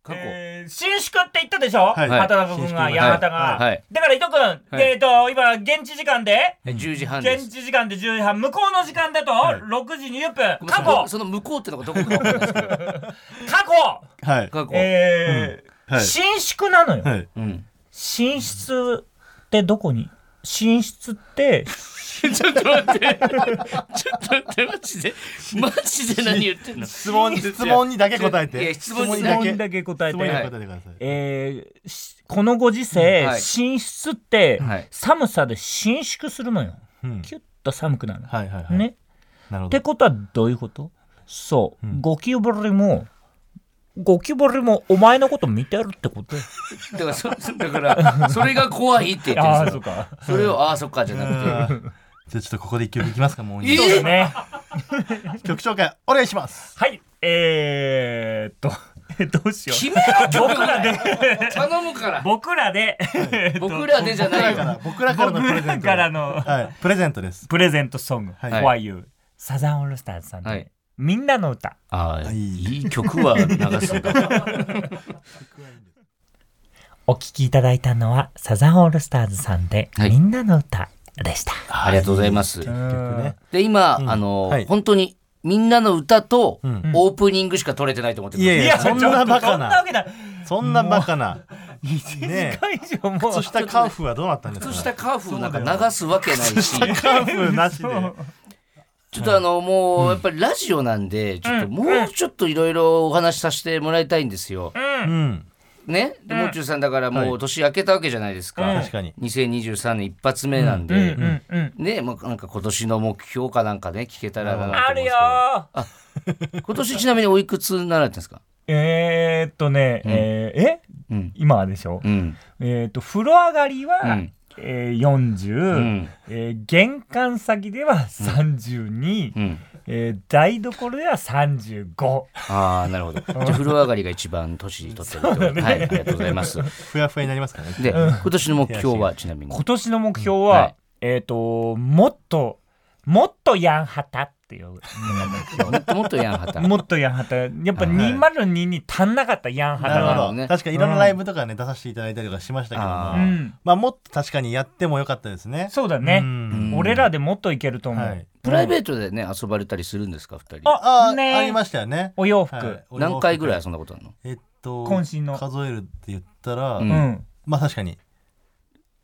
[SPEAKER 2] 過去。
[SPEAKER 4] えー伸縮って言ったでしょ、
[SPEAKER 3] はい
[SPEAKER 4] 畑中君が
[SPEAKER 3] はい
[SPEAKER 4] 山田が、
[SPEAKER 2] はいはい
[SPEAKER 4] だから伊藤君、
[SPEAKER 2] はい
[SPEAKER 4] えっ、と今現地時間で
[SPEAKER 2] え10時半で
[SPEAKER 4] 現
[SPEAKER 2] す。
[SPEAKER 4] 地時間で10時半向こうの時間だと
[SPEAKER 3] はい
[SPEAKER 4] 6時20分、
[SPEAKER 2] ごめん
[SPEAKER 4] 過
[SPEAKER 2] なさい
[SPEAKER 4] 去
[SPEAKER 2] その向こうってのがどこかわかんないですけど。
[SPEAKER 4] 過去
[SPEAKER 3] はい
[SPEAKER 2] 過去。
[SPEAKER 4] えー
[SPEAKER 3] はい
[SPEAKER 4] 伸縮なのよ、
[SPEAKER 3] はい
[SPEAKER 2] うん。
[SPEAKER 4] 寝室ってどこに寝室って
[SPEAKER 2] ちょっと待って。ちょっと待って、マジで。マジで何言ってんの
[SPEAKER 3] 質問に質問にだけ答え
[SPEAKER 2] いや
[SPEAKER 3] て
[SPEAKER 2] 質問
[SPEAKER 4] 質
[SPEAKER 2] にだけ
[SPEAKER 4] 問だけ答え
[SPEAKER 3] 質
[SPEAKER 4] て、
[SPEAKER 3] 問にだ
[SPEAKER 2] は
[SPEAKER 3] け答
[SPEAKER 2] い
[SPEAKER 3] えてください
[SPEAKER 4] えーしこのご時世、
[SPEAKER 2] はい
[SPEAKER 4] 寝室って、
[SPEAKER 2] はい
[SPEAKER 4] 寒さで伸縮するのよ
[SPEAKER 3] うん
[SPEAKER 4] キュッと寒くなるの、
[SPEAKER 3] はいはいはい
[SPEAKER 4] ね
[SPEAKER 3] なる
[SPEAKER 4] っ
[SPEAKER 3] ほ
[SPEAKER 4] て
[SPEAKER 3] ど
[SPEAKER 4] ことはどういうことそう、
[SPEAKER 3] ん
[SPEAKER 4] ゴキブリもゴキブリもお前のこと見てるって (laughs) ことよ
[SPEAKER 2] だからそ、そだから、それが怖いって言ってるんですよ。
[SPEAKER 4] か
[SPEAKER 2] それを、ああ、そっか、じゃなくて。
[SPEAKER 3] じゃあちょっとここで一曲いきますかもう
[SPEAKER 2] いい
[SPEAKER 4] そうだね
[SPEAKER 3] 曲紹介お願いします
[SPEAKER 4] はいえー、っと (laughs) どうしよ
[SPEAKER 2] 決
[SPEAKER 4] う
[SPEAKER 2] めろ、曲
[SPEAKER 4] 僕らで
[SPEAKER 2] 頼むから。
[SPEAKER 4] (laughs) 僕らで
[SPEAKER 2] 僕らでじゃ
[SPEAKER 3] 僕
[SPEAKER 2] な
[SPEAKER 3] ら
[SPEAKER 2] い
[SPEAKER 3] か
[SPEAKER 2] よ。
[SPEAKER 3] ら僕らからのプレゼ
[SPEAKER 4] 僕
[SPEAKER 3] ン
[SPEAKER 4] ら
[SPEAKER 3] ト
[SPEAKER 4] からの
[SPEAKER 3] はいプレゼントです
[SPEAKER 4] プレゼントソング「
[SPEAKER 3] はい
[SPEAKER 4] For You」サザンオールスターズさんで、
[SPEAKER 2] はい
[SPEAKER 4] みんなの歌
[SPEAKER 2] ああ、
[SPEAKER 3] い
[SPEAKER 2] いい曲は流すんだ。
[SPEAKER 4] お聴きいただいたのはサザンオールスターズさんで「
[SPEAKER 2] はい
[SPEAKER 4] みんなの歌」でした、
[SPEAKER 2] ありがとうございます。
[SPEAKER 3] 曲ね
[SPEAKER 2] で、今、あの
[SPEAKER 3] はい、
[SPEAKER 2] 本当に、みんなの歌と
[SPEAKER 3] ん、
[SPEAKER 2] オープニングしか取れてないと思ってます
[SPEAKER 3] いやいやそんなバカ
[SPEAKER 4] そんなわ
[SPEAKER 3] な
[SPEAKER 4] けだ
[SPEAKER 3] そんなバカなねえ
[SPEAKER 4] 会場も
[SPEAKER 3] 靴下カーフはどうなったんですか
[SPEAKER 2] 靴下カーフなんか流すわけないし、
[SPEAKER 3] カーフなしで
[SPEAKER 2] (laughs) ちょっとあの、もう、やっぱりラジオなんで、ちょっと、もうちょっといろいろお話しさせてもらいたいんですよ。
[SPEAKER 3] うん
[SPEAKER 2] ね、でもう中さんだからも
[SPEAKER 3] は
[SPEAKER 2] う年明けたわけじゃないですか、
[SPEAKER 3] ん確かに
[SPEAKER 2] 2023年一発目なんで、
[SPEAKER 4] うんうん
[SPEAKER 2] ねまあ、なんか今年の目標かなんかね聞けたらなと思
[SPEAKER 4] あ
[SPEAKER 2] うんで
[SPEAKER 4] る
[SPEAKER 2] すけど
[SPEAKER 4] よー
[SPEAKER 2] 今年ちなみにおいくつになられてるんですか
[SPEAKER 4] えー、っとね、えーえ
[SPEAKER 2] うん
[SPEAKER 4] 今はでしょ、
[SPEAKER 2] うん
[SPEAKER 4] えー、っと風呂上がりは、
[SPEAKER 2] うん
[SPEAKER 4] えー、40、
[SPEAKER 2] ん
[SPEAKER 4] えー玄関先では32、
[SPEAKER 2] うん
[SPEAKER 4] えー台所では35
[SPEAKER 2] ああ
[SPEAKER 3] (laughs)
[SPEAKER 2] なるほどじゃあ風呂上がりが一番年取ってるってことはいありがとうございます
[SPEAKER 3] ふやふやになりますからね
[SPEAKER 2] で今年の目標はちなみに
[SPEAKER 4] 今年の目標は、
[SPEAKER 2] はい
[SPEAKER 4] えっ、ともっともっとヤンハタって
[SPEAKER 3] (laughs)
[SPEAKER 4] いう
[SPEAKER 2] もっともっとやんはた
[SPEAKER 4] もっとヤンハタやっぱ
[SPEAKER 2] はい
[SPEAKER 4] 202に足んなかったヤンハタ
[SPEAKER 3] な
[SPEAKER 4] が、
[SPEAKER 3] る
[SPEAKER 2] なるほ
[SPEAKER 3] ほど
[SPEAKER 2] どね
[SPEAKER 3] ね確かにいろんなライブとかね出させていただいたりとかしましたけども
[SPEAKER 2] あ
[SPEAKER 4] う
[SPEAKER 2] ー
[SPEAKER 4] ん、
[SPEAKER 3] まあもっと確かにやってもよかったですね
[SPEAKER 4] そうだ
[SPEAKER 3] う
[SPEAKER 4] ね、
[SPEAKER 3] ん
[SPEAKER 2] うん
[SPEAKER 4] 俺らでもっといけると思う、
[SPEAKER 3] はい
[SPEAKER 2] プライベートでね遊ばれたりするんですか二人
[SPEAKER 4] あ
[SPEAKER 3] あ
[SPEAKER 4] ね
[SPEAKER 3] ーありましたよね
[SPEAKER 4] お洋服、
[SPEAKER 3] はい
[SPEAKER 2] 何回ぐらい遊んだことあるの
[SPEAKER 3] えっと
[SPEAKER 4] 渾身の
[SPEAKER 3] 数えるって言ったら
[SPEAKER 2] うん
[SPEAKER 4] うん
[SPEAKER 3] まあ確かに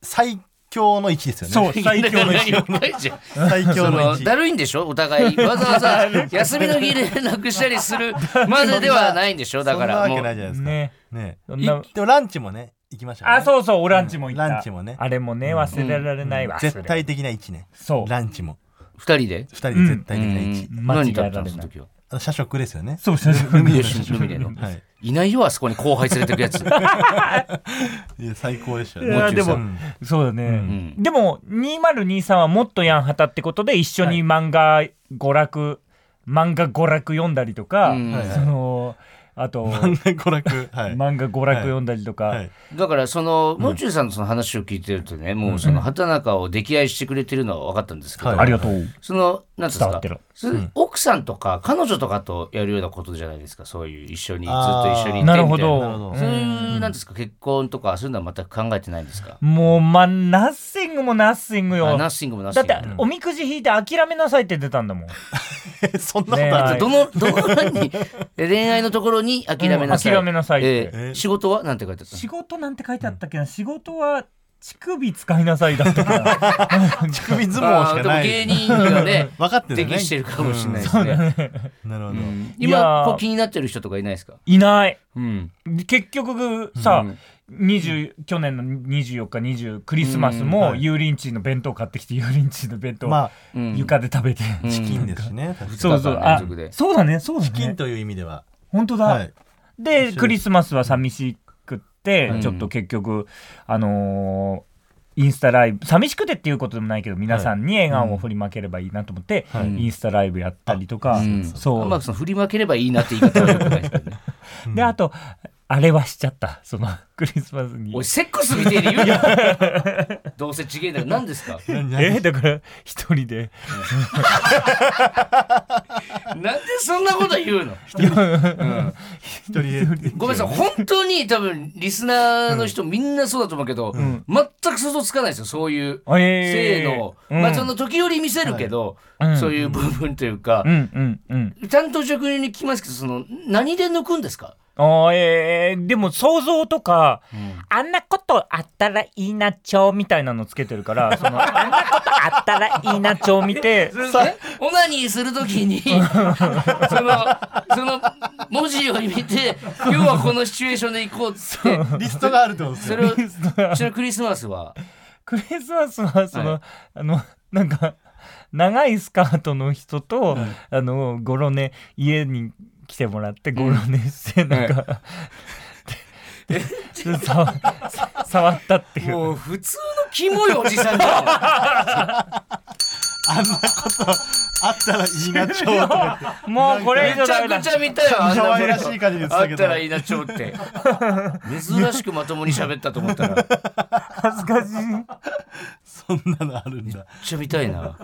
[SPEAKER 3] 最強の位置ですよね
[SPEAKER 4] そう最強の一
[SPEAKER 2] (laughs) いやいやいやいや
[SPEAKER 3] 最強の
[SPEAKER 2] その
[SPEAKER 3] 位置
[SPEAKER 2] だるいんでしょ
[SPEAKER 3] (laughs)
[SPEAKER 2] お互いわざわざ休みの日連絡したりするまでではないんでしょだか
[SPEAKER 3] そ
[SPEAKER 2] ら
[SPEAKER 3] んな
[SPEAKER 2] も
[SPEAKER 3] わけないうじゃないですか
[SPEAKER 4] ね
[SPEAKER 3] ね
[SPEAKER 4] そんな
[SPEAKER 3] でもランチもね行きましたよね
[SPEAKER 4] あそうそうオランチも行った、
[SPEAKER 3] うんランチもね
[SPEAKER 4] あれもね忘れられないわ、忘れられない
[SPEAKER 3] 絶対的な位置ね
[SPEAKER 4] そう
[SPEAKER 3] ランチも
[SPEAKER 2] 二人で
[SPEAKER 3] 二人で絶対的な位置
[SPEAKER 2] うん何食べた
[SPEAKER 4] 間違え
[SPEAKER 2] の
[SPEAKER 4] られない
[SPEAKER 2] その時は
[SPEAKER 3] あ社食ですよね。
[SPEAKER 4] そうですね
[SPEAKER 2] ルミネ
[SPEAKER 4] (laughs)
[SPEAKER 2] のルミネの
[SPEAKER 3] はい。
[SPEAKER 2] いないよあそこに後輩連れてくや
[SPEAKER 3] (laughs)
[SPEAKER 2] つ
[SPEAKER 3] いや最高でした
[SPEAKER 4] い
[SPEAKER 3] よね。
[SPEAKER 4] やでも、
[SPEAKER 3] うん
[SPEAKER 4] そうだね、
[SPEAKER 2] ん
[SPEAKER 4] でも2023はもっとやんはたってことで一緒に漫画娯楽漫画娯楽読んだりとか、
[SPEAKER 2] うん
[SPEAKER 3] はいはい
[SPEAKER 4] そのあと
[SPEAKER 3] 漫画娯楽はい。
[SPEAKER 4] 漫画娯楽読んだりとか、
[SPEAKER 3] はい。 (laughs)
[SPEAKER 2] だからそのもう中さんのその話を聞いてるとね、もうその畑中を溺愛してくれてるのは分かったんですけど、
[SPEAKER 3] はい
[SPEAKER 4] ありがとう
[SPEAKER 2] そのなんつうんですか
[SPEAKER 4] 伝わってる
[SPEAKER 2] それ奥さんとか彼女とかとやるようなことじゃないですかそういう一緒にずっと一緒にいてみたい
[SPEAKER 4] な
[SPEAKER 2] な
[SPEAKER 4] るほど
[SPEAKER 3] なるほど
[SPEAKER 2] そういうなんですか結婚とかそういうのは全く考えてないんですか
[SPEAKER 4] もうまあナッシングもナッシング
[SPEAKER 2] あ
[SPEAKER 4] よ
[SPEAKER 2] ナッシングもナッシ
[SPEAKER 4] だ
[SPEAKER 2] ン
[SPEAKER 4] っ
[SPEAKER 2] グ
[SPEAKER 4] て
[SPEAKER 2] も
[SPEAKER 4] おみくじ引いて諦めなさいって出たんだもん
[SPEAKER 3] えそんなことあ
[SPEAKER 4] は
[SPEAKER 3] る
[SPEAKER 4] い
[SPEAKER 2] どのどこに恋愛のところに諦めなさい、
[SPEAKER 4] うん諦めなさいって
[SPEAKER 2] ええ仕事はなんて書いてあった
[SPEAKER 4] 仕事なんて書いてあったっけな、仕事は乳首使いなさいだった
[SPEAKER 3] (laughs)
[SPEAKER 4] から
[SPEAKER 3] 乳首相撲しかな
[SPEAKER 2] あー
[SPEAKER 3] い。
[SPEAKER 2] でも芸人がね
[SPEAKER 3] 分かってるね。
[SPEAKER 2] 適してるかもしれないですね、
[SPEAKER 3] うん。なるほど。
[SPEAKER 2] うん
[SPEAKER 4] いや
[SPEAKER 2] 今
[SPEAKER 4] ー
[SPEAKER 2] こう気になってる人とかいないですか
[SPEAKER 4] いない
[SPEAKER 2] うん
[SPEAKER 4] 結局さ、20去年の24日20クリスマス
[SPEAKER 2] うん
[SPEAKER 4] も
[SPEAKER 3] はい
[SPEAKER 4] 油淋鶏の弁当買ってきて油淋鶏の弁当
[SPEAKER 3] まあ
[SPEAKER 2] うん
[SPEAKER 4] 床で食べて、
[SPEAKER 2] うん
[SPEAKER 3] チキンですしね。確かに
[SPEAKER 4] そうそう
[SPEAKER 2] 二日間連
[SPEAKER 4] あ
[SPEAKER 2] 続で
[SPEAKER 4] そうだねそうだ
[SPEAKER 3] チキン
[SPEAKER 4] ね
[SPEAKER 3] という意味では。
[SPEAKER 4] 本当だ、
[SPEAKER 3] はい。一緒で
[SPEAKER 4] ですクリスマスは寂しくって、
[SPEAKER 2] はい
[SPEAKER 4] ちょっと結局あのーインスタライブ寂しくてっていうことでもないけど皆さんに笑顔を振りまければいいなと思って、
[SPEAKER 3] はい
[SPEAKER 4] インスタライブやったりとか、
[SPEAKER 2] うん
[SPEAKER 4] そう
[SPEAKER 2] うまくその振りまければいいなって言い方はよくない (laughs) ですけどね
[SPEAKER 4] であとあれはしちゃったそのクリスマスに
[SPEAKER 2] おいセックスみてえに言うな (laughs) どうせちげえんだから何ですか
[SPEAKER 4] えだから一人で
[SPEAKER 2] なんでそんなこと言うの、うん
[SPEAKER 3] 一人で。
[SPEAKER 2] ごめんなさい本当に多分リスナーの人みんなそうだと思うけど、全く想像つかないですよそういう
[SPEAKER 4] え
[SPEAKER 2] 性
[SPEAKER 4] ー
[SPEAKER 2] の、
[SPEAKER 4] うん
[SPEAKER 2] まあその時折見せるけど、
[SPEAKER 4] はいうん
[SPEAKER 2] そういう部分というか
[SPEAKER 4] う、んうんうん
[SPEAKER 2] 担当職に聞きますけどその何で抜くんですか
[SPEAKER 4] あーえーでも想像とか、あんなことあったらいいな帳みたいなのつけてるからそのあんなことあったらいいな帳見
[SPEAKER 2] え
[SPEAKER 4] て
[SPEAKER 2] オナニーすると
[SPEAKER 3] (laughs)
[SPEAKER 2] きにそのその文字を見て今日はこのシチュエーションで行こうっつって
[SPEAKER 3] リストがあるってことです
[SPEAKER 2] そ
[SPEAKER 3] よ
[SPEAKER 2] れをうちのクリスマスは
[SPEAKER 4] クリスマスはその、
[SPEAKER 2] はい
[SPEAKER 4] あのなんか長いスカートの人と、あのゴロネ家に来てもらってゴロネしてなんか、でで触触ったっていう
[SPEAKER 2] もう普通のキモいおじさんだ
[SPEAKER 3] あんなことあったらいいなちょうとか言って
[SPEAKER 4] もうこれ
[SPEAKER 2] め
[SPEAKER 4] 以
[SPEAKER 2] ち
[SPEAKER 4] 上ダメ
[SPEAKER 2] ゃ
[SPEAKER 4] だ
[SPEAKER 2] くちゃ見たよあんな
[SPEAKER 3] 可愛
[SPEAKER 2] こ
[SPEAKER 3] らしい感じで言って
[SPEAKER 2] あ
[SPEAKER 3] た
[SPEAKER 2] っ
[SPEAKER 3] け
[SPEAKER 2] た
[SPEAKER 3] ど
[SPEAKER 2] らいいなちょうって珍しくまともに喋ったと思ったらめっ
[SPEAKER 4] 恥ずかしい。
[SPEAKER 3] そんなのあるんだ
[SPEAKER 2] ちゃ見たいな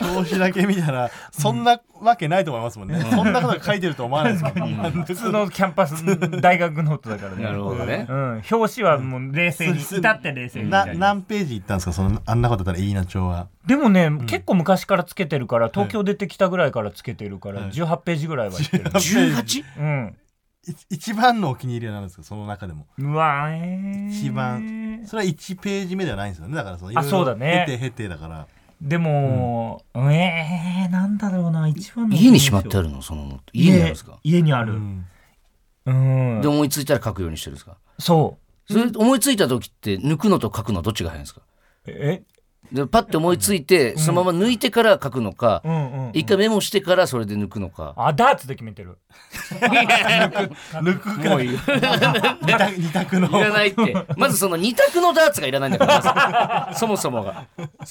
[SPEAKER 3] 表紙だけ見たらそんなわけないと思います
[SPEAKER 2] (laughs)
[SPEAKER 3] もんね、そんなことが書いてると思わないですけど、普
[SPEAKER 4] 普通のキャン
[SPEAKER 2] (laughs)
[SPEAKER 4] パス大学ノートだからね。
[SPEAKER 2] なるほどね
[SPEAKER 4] うん、表紙はもう冷静に、至って冷静に。
[SPEAKER 3] な何ページいったんですかそのあんなことだったらいいな帳は
[SPEAKER 4] でもね、結構昔からつけてるから、東京出てきたぐらいからつけてるから、
[SPEAKER 3] はい
[SPEAKER 4] 18ページぐらいは行ってる。
[SPEAKER 2] 18?
[SPEAKER 4] うん。
[SPEAKER 3] い一番のお気に入りは何ですかその中でも
[SPEAKER 4] うわー
[SPEAKER 3] 一番それは1ページ目ではないんですよねだからその
[SPEAKER 4] あそうだね
[SPEAKER 3] へてへてだから
[SPEAKER 4] でも、えー、なんだろうな、一番の
[SPEAKER 2] 家にしまってあるのその家にあるんですか
[SPEAKER 4] 家家にあ
[SPEAKER 3] う
[SPEAKER 4] る。
[SPEAKER 3] ん
[SPEAKER 4] うん。
[SPEAKER 2] で思いついたら書くようにしてるんですか
[SPEAKER 4] そう。
[SPEAKER 2] それ思いついた時って抜くのと書くのどっちが早いんですか
[SPEAKER 4] え
[SPEAKER 2] でパッて思いついて、そのまま抜いてから書くのか
[SPEAKER 4] う、んうん。
[SPEAKER 2] 一回メモしてからそれで抜くのか。
[SPEAKER 4] あ、ダーツで決めてる。
[SPEAKER 3] 抜くか
[SPEAKER 2] も (laughs) ういいい
[SPEAKER 3] 二択二択の
[SPEAKER 2] らないって。まずその二択のダーツがいらないんだから、まずそもそもが。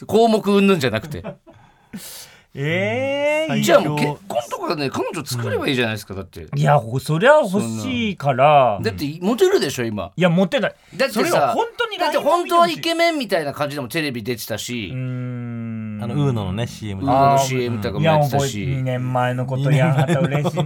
[SPEAKER 2] 項目うんぬんじゃなくて。
[SPEAKER 4] えー、
[SPEAKER 3] うん
[SPEAKER 2] じゃあもう結婚とかね、彼女作ればいいじゃないですか、だって。
[SPEAKER 4] いや、ほそりゃ欲しいから。
[SPEAKER 2] だってモテるでしょ、今。
[SPEAKER 4] いや、モテない。
[SPEAKER 2] だって
[SPEAKER 4] それは
[SPEAKER 2] さ
[SPEAKER 4] 本当に、
[SPEAKER 2] だって
[SPEAKER 4] LINE を
[SPEAKER 2] 本当は
[SPEAKER 4] 見
[SPEAKER 2] イ
[SPEAKER 4] て
[SPEAKER 2] ケメンみたいな感じでもテレビ出てたし
[SPEAKER 4] ほしい。うー、ん。
[SPEAKER 3] あのウーノのね CM
[SPEAKER 2] ウー
[SPEAKER 3] で
[SPEAKER 2] ノ
[SPEAKER 4] あ
[SPEAKER 2] の
[SPEAKER 4] ー
[SPEAKER 2] CM とか
[SPEAKER 4] い
[SPEAKER 2] も
[SPEAKER 4] や
[SPEAKER 2] やって
[SPEAKER 4] 覚
[SPEAKER 2] た
[SPEAKER 4] え2
[SPEAKER 2] し。
[SPEAKER 4] 年前のことヤンハタ嬉しい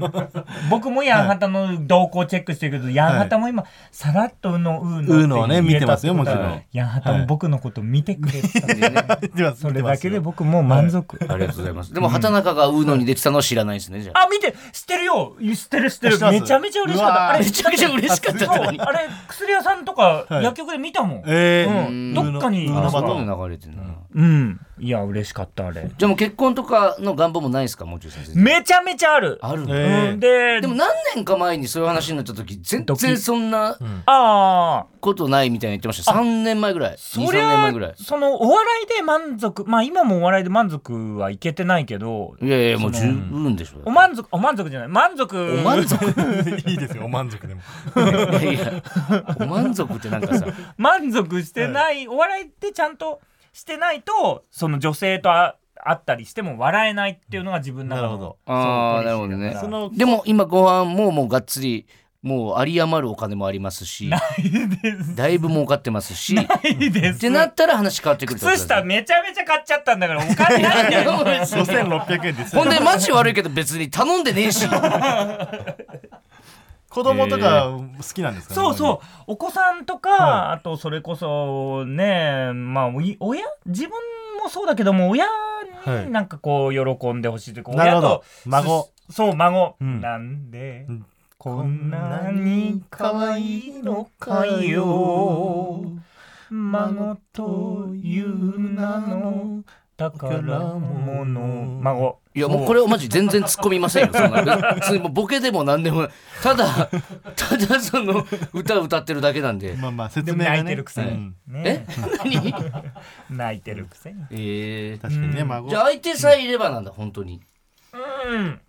[SPEAKER 4] 僕もヤンハタの動向チェックしてるけど、ヤンハタも今さらっとのウーノって
[SPEAKER 3] ウーノをね
[SPEAKER 4] 言え
[SPEAKER 3] 見てますよ
[SPEAKER 4] たってことは
[SPEAKER 3] もちろん
[SPEAKER 4] ヤンハタも僕のこと見てくれてたんでね
[SPEAKER 3] (laughs) では
[SPEAKER 4] それだけで僕もう満足
[SPEAKER 2] ありがとうございます。でも畑中がウーノにできたのは知らないですね、じゃあ。
[SPEAKER 4] あ見て知ってるよ知ってる知って
[SPEAKER 3] 知
[SPEAKER 4] る
[SPEAKER 3] ってます
[SPEAKER 4] めちゃめちゃ嬉しかっ
[SPEAKER 3] う
[SPEAKER 4] たあ
[SPEAKER 3] わー
[SPEAKER 4] れ
[SPEAKER 2] めちゃくちゃ嬉しかったのに。
[SPEAKER 4] あれ薬屋さんとか
[SPEAKER 3] はい
[SPEAKER 4] 薬局で見たもん
[SPEAKER 3] ええ
[SPEAKER 4] うんどっかに
[SPEAKER 3] ウー
[SPEAKER 2] あ
[SPEAKER 3] ノ
[SPEAKER 2] そ
[SPEAKER 3] バ
[SPEAKER 2] う
[SPEAKER 3] ト
[SPEAKER 2] いうの流れてるな。
[SPEAKER 4] うんいや嬉しかったあれ
[SPEAKER 2] じゃあもう結婚とかの願望もないですかもう中先生
[SPEAKER 4] めちゃめちゃある
[SPEAKER 2] あるの、
[SPEAKER 3] えー
[SPEAKER 4] うんで
[SPEAKER 2] でも何年か前にそういう話になった時全
[SPEAKER 4] ドキ
[SPEAKER 2] 然そんな
[SPEAKER 4] ああ
[SPEAKER 2] ことないみたいに言ってましたよ3年前ぐらい23
[SPEAKER 4] そり
[SPEAKER 2] 年
[SPEAKER 4] ゃ
[SPEAKER 2] 前ぐらい
[SPEAKER 4] そのお笑いで満足まあ今もお笑いで満足はいけてないけど
[SPEAKER 2] いやいやもう十分でしょ
[SPEAKER 4] お満足お満足じゃない満足
[SPEAKER 2] お満足
[SPEAKER 3] (laughs) いいですよ、お満足でも。
[SPEAKER 2] いや (laughs) いやお満足ってなん
[SPEAKER 4] (laughs)
[SPEAKER 2] かさ
[SPEAKER 4] (laughs) 満足してない、お笑いってちゃんとしてないとその女性とあ会ったりしても笑えないっていうのが自分の中の
[SPEAKER 3] なるほど
[SPEAKER 2] ああ
[SPEAKER 4] そ
[SPEAKER 2] なるほ
[SPEAKER 4] う
[SPEAKER 2] どね
[SPEAKER 4] そ
[SPEAKER 3] の
[SPEAKER 2] でも今ご飯ももうがっつりもう有り余るお金もありますし
[SPEAKER 4] (laughs)
[SPEAKER 2] だいぶ儲かってますしっ
[SPEAKER 4] ポリシーいいです
[SPEAKER 2] てなったら話変わってくるってこと
[SPEAKER 4] 靴
[SPEAKER 2] です
[SPEAKER 4] 下めちゃめちゃ買っちゃったんだからお金ないんだよ
[SPEAKER 3] 5600円ですよ
[SPEAKER 2] (laughs) ほんでマジ悪いけど別に頼んでねえし
[SPEAKER 3] (laughs) 子供とか好きなんですかね
[SPEAKER 4] そう
[SPEAKER 3] う。
[SPEAKER 4] そうお子さんとか、あとそれこそねまあおい親自分もそうだけども親
[SPEAKER 3] はい
[SPEAKER 4] になんかこう喜んでほしいというか、
[SPEAKER 3] なるほど
[SPEAKER 4] 親と
[SPEAKER 3] 孫
[SPEAKER 4] すそう孫、
[SPEAKER 3] うん
[SPEAKER 4] なんで、
[SPEAKER 3] うん
[SPEAKER 4] こんなに可愛いのかよ孫という名の宝物孫
[SPEAKER 2] いやもうこれをマジ全然突っ込みませんよそんな別にもうボケでも何でもないただただその歌歌ってるだけなんで
[SPEAKER 3] まあまあ、説
[SPEAKER 4] で
[SPEAKER 3] 明
[SPEAKER 4] も
[SPEAKER 3] がね
[SPEAKER 4] 泣いてるくせ
[SPEAKER 3] う
[SPEAKER 4] に
[SPEAKER 3] ん、
[SPEAKER 2] え
[SPEAKER 4] ね、
[SPEAKER 2] 何
[SPEAKER 4] 泣いてるくせに
[SPEAKER 2] (laughs) えー
[SPEAKER 3] 確かにね、
[SPEAKER 4] うん
[SPEAKER 3] 孫。
[SPEAKER 2] じゃあ相手さえいればなんだ本当に
[SPEAKER 4] うん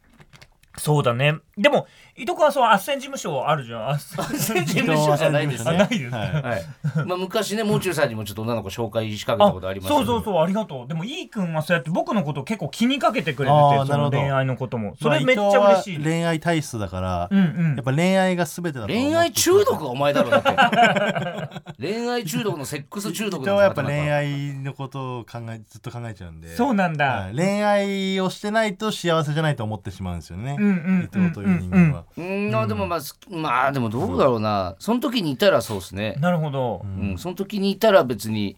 [SPEAKER 4] そうだねでも伊藤君はそのあっせん事務所あるじゃんあっせん
[SPEAKER 2] 事務所じゃないです
[SPEAKER 4] あ
[SPEAKER 2] ね
[SPEAKER 4] ないですね
[SPEAKER 3] は
[SPEAKER 2] はい、まあ昔ね、もう中さんにもちょっと女の子紹介しかけた
[SPEAKER 4] あ
[SPEAKER 2] ことあります
[SPEAKER 4] そうそうそうありがとうでもいい君はそうやって僕のことを結構気にかけてくれて
[SPEAKER 3] あー
[SPEAKER 4] て
[SPEAKER 3] な
[SPEAKER 4] そ
[SPEAKER 3] る
[SPEAKER 4] の
[SPEAKER 3] ほど
[SPEAKER 4] 恋愛のことも
[SPEAKER 3] い
[SPEAKER 4] それめっちゃ嬉しい
[SPEAKER 3] まあ伊藤は恋愛体質だから、
[SPEAKER 4] うんう
[SPEAKER 3] や
[SPEAKER 4] ん
[SPEAKER 3] っぱ恋愛が全てだと思う
[SPEAKER 2] 恋愛中毒がお前だろだって恋愛中毒のセックス中毒
[SPEAKER 3] 伊
[SPEAKER 2] の
[SPEAKER 3] 藤はやっぱ恋愛のことを考えずっと考えちゃうんで
[SPEAKER 4] そうなん
[SPEAKER 3] は
[SPEAKER 4] だ
[SPEAKER 3] い恋愛をしてないと幸せじゃないと思ってしまうんですよね、
[SPEAKER 4] うんうん
[SPEAKER 3] 伊藤という人間は、
[SPEAKER 2] うーんあでもまあ、すまあでもどうだろうな、その時にいたらそうですね、
[SPEAKER 4] なるほど
[SPEAKER 2] うんその時にいたら別に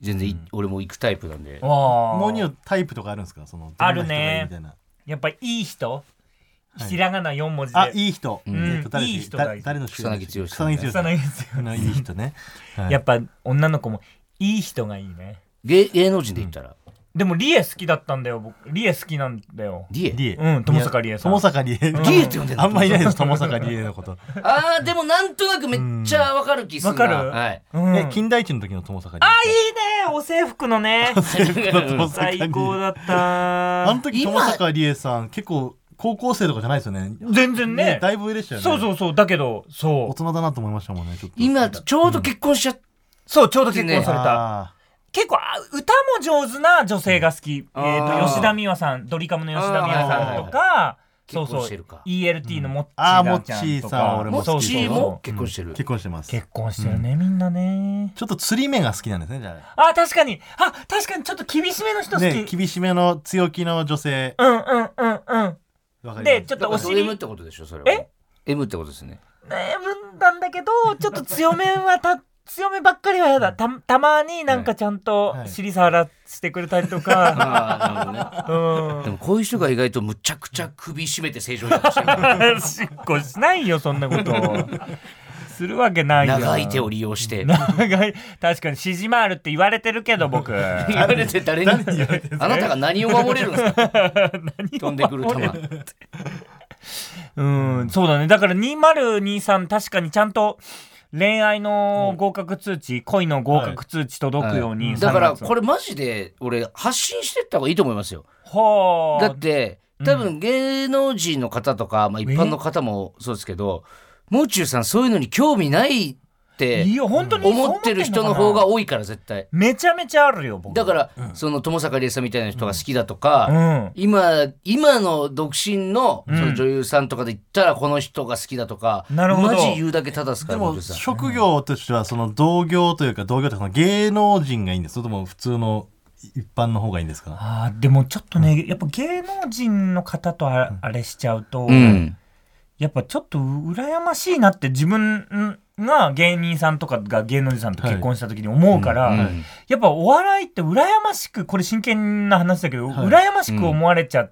[SPEAKER 2] 全然い、俺も行くタイプなんで
[SPEAKER 4] わあ
[SPEAKER 3] もうにはタイプとかあるんですかその
[SPEAKER 4] あるね
[SPEAKER 3] どんな人がいいみたいな
[SPEAKER 4] やっぱりいい人
[SPEAKER 3] い
[SPEAKER 4] ひらがな4文字で
[SPEAKER 3] あいい人、
[SPEAKER 2] ん
[SPEAKER 3] えっと誰
[SPEAKER 4] いい人がいい
[SPEAKER 3] 誰の主演でしたっけ
[SPEAKER 2] 草薙剛
[SPEAKER 3] 草
[SPEAKER 4] 草
[SPEAKER 3] 薙
[SPEAKER 4] 薙ですよ
[SPEAKER 3] 剛のいい人ね、はい
[SPEAKER 4] (laughs) やっぱ女の子もいい人がいいね
[SPEAKER 2] 芸芸能人で言ったら、
[SPEAKER 4] でもリエ好きだったんだよ僕リエ好きなんだよ
[SPEAKER 2] リエ
[SPEAKER 3] リエ
[SPEAKER 4] うん友坂理恵さん
[SPEAKER 3] 友坂理恵
[SPEAKER 2] リエって呼んでんの
[SPEAKER 3] あんまいないです友坂理恵のこと、
[SPEAKER 2] あーでもなんとなくめっちゃわかる気すんな
[SPEAKER 4] わかる
[SPEAKER 2] はい
[SPEAKER 4] うん
[SPEAKER 3] え金田一の時の友坂理恵
[SPEAKER 4] あいいねお制服のね
[SPEAKER 3] (laughs) 友坂理恵
[SPEAKER 4] 最高だっ
[SPEAKER 3] あの
[SPEAKER 4] た
[SPEAKER 3] 時友坂理恵さん結構高校生とかじゃないですよね
[SPEAKER 4] 全然ね
[SPEAKER 3] だいぶ上でしたよね
[SPEAKER 4] そうそうそうだけど
[SPEAKER 3] 大
[SPEAKER 4] そう
[SPEAKER 3] 人だなと思いましたもんねちょっと
[SPEAKER 2] 今ちょうど結婚しちゃっ
[SPEAKER 4] そうちょうど結婚
[SPEAKER 2] ね
[SPEAKER 4] された
[SPEAKER 3] あ
[SPEAKER 4] 結構あ歌も上手な女性が好き、
[SPEAKER 2] うん
[SPEAKER 4] え
[SPEAKER 2] あ
[SPEAKER 4] ー、
[SPEAKER 2] ー
[SPEAKER 4] と吉田美和さんドリカムの吉田美和さんとかそう
[SPEAKER 2] 結
[SPEAKER 4] そ
[SPEAKER 2] 婚
[SPEAKER 4] う
[SPEAKER 2] してるか
[SPEAKER 4] ELT のモッチ
[SPEAKER 3] あー
[SPEAKER 4] ーちゃん
[SPEAKER 3] モッチー
[SPEAKER 4] と
[SPEAKER 3] さ
[SPEAKER 4] か、
[SPEAKER 3] ん俺
[SPEAKER 2] も
[SPEAKER 3] 好
[SPEAKER 4] そ
[SPEAKER 2] っ
[SPEAKER 4] う
[SPEAKER 2] ち
[SPEAKER 4] そう
[SPEAKER 2] ーも
[SPEAKER 4] そ
[SPEAKER 2] 結婚してる
[SPEAKER 3] ー、結婚してま
[SPEAKER 4] う
[SPEAKER 3] す
[SPEAKER 4] 結婚してるね、みんなね
[SPEAKER 3] ちょっと釣り目が好きなんですねじゃ
[SPEAKER 4] あ確かにあ確かにちょっと厳しめの人
[SPEAKER 3] あ
[SPEAKER 4] 好き、
[SPEAKER 3] ね厳しめの強気の女性
[SPEAKER 4] うんうんうんうん
[SPEAKER 3] わかります
[SPEAKER 4] でちょっとお
[SPEAKER 2] だから
[SPEAKER 4] 尻
[SPEAKER 2] M ってことでしょそれは
[SPEAKER 4] え
[SPEAKER 2] M ってことですね
[SPEAKER 4] 悩むんだんだけどちょっと強めはた (laughs) 強めばっかりはやだたたまになんかちゃんと
[SPEAKER 3] はい
[SPEAKER 4] 尻触らしてくれたりとか、
[SPEAKER 2] (laughs) ああなるほどねでもこういう人が意外とむちゃくちゃ首絞めて正常にしてる
[SPEAKER 4] うん (laughs) しっこしないよそんな
[SPEAKER 2] (laughs)
[SPEAKER 4] ことするわけないよ
[SPEAKER 2] 長い手を利用して
[SPEAKER 4] 長い確かに指示回るって言われてるけど僕
[SPEAKER 2] 言われて誰にあなたが何を守れるんですか (laughs) 飛んでくる
[SPEAKER 4] (laughs)
[SPEAKER 2] 球
[SPEAKER 4] うんそうだねだから2023確かにちゃんと恋愛の合格通知、恋の合格通知届くように、
[SPEAKER 2] だからこ
[SPEAKER 4] れ
[SPEAKER 2] れマジで俺発信してった方がいいと思いますよ
[SPEAKER 4] ほう
[SPEAKER 2] だって多分芸能人の方とか、まあ、一般の方もそうですけどもう中さんそういうのに興味ないって
[SPEAKER 4] いや本当にそう
[SPEAKER 2] 思ってる人の方
[SPEAKER 4] 多い
[SPEAKER 2] が多いから絶対
[SPEAKER 4] めちゃめちゃあるよ僕
[SPEAKER 2] だから、その友坂理恵さんみたいな人が好きだとか、
[SPEAKER 4] うん
[SPEAKER 2] 今今の独身のそ
[SPEAKER 4] うん
[SPEAKER 2] の女優さんとかで言ったらこの人が好きだとか、
[SPEAKER 4] なるほど
[SPEAKER 2] マジ言うだけただすか
[SPEAKER 3] で
[SPEAKER 2] ら
[SPEAKER 3] も
[SPEAKER 2] 僕さ
[SPEAKER 3] 職業としてはその同業というか同業というかその芸能人がいいんですそれとも普通の一般の方がいいんですか
[SPEAKER 4] あーでもちょっとねやっぱ芸能人の方とああれしちゃうと、
[SPEAKER 2] うん
[SPEAKER 4] やっぱちょっと羨ましいなって自分が芸人さんとかが芸能人さんと結婚した時に思うから、
[SPEAKER 2] うん
[SPEAKER 4] やっぱお笑いって羨ましくこれ真剣な話だけど、
[SPEAKER 3] はい
[SPEAKER 4] 羨ましく思われちゃ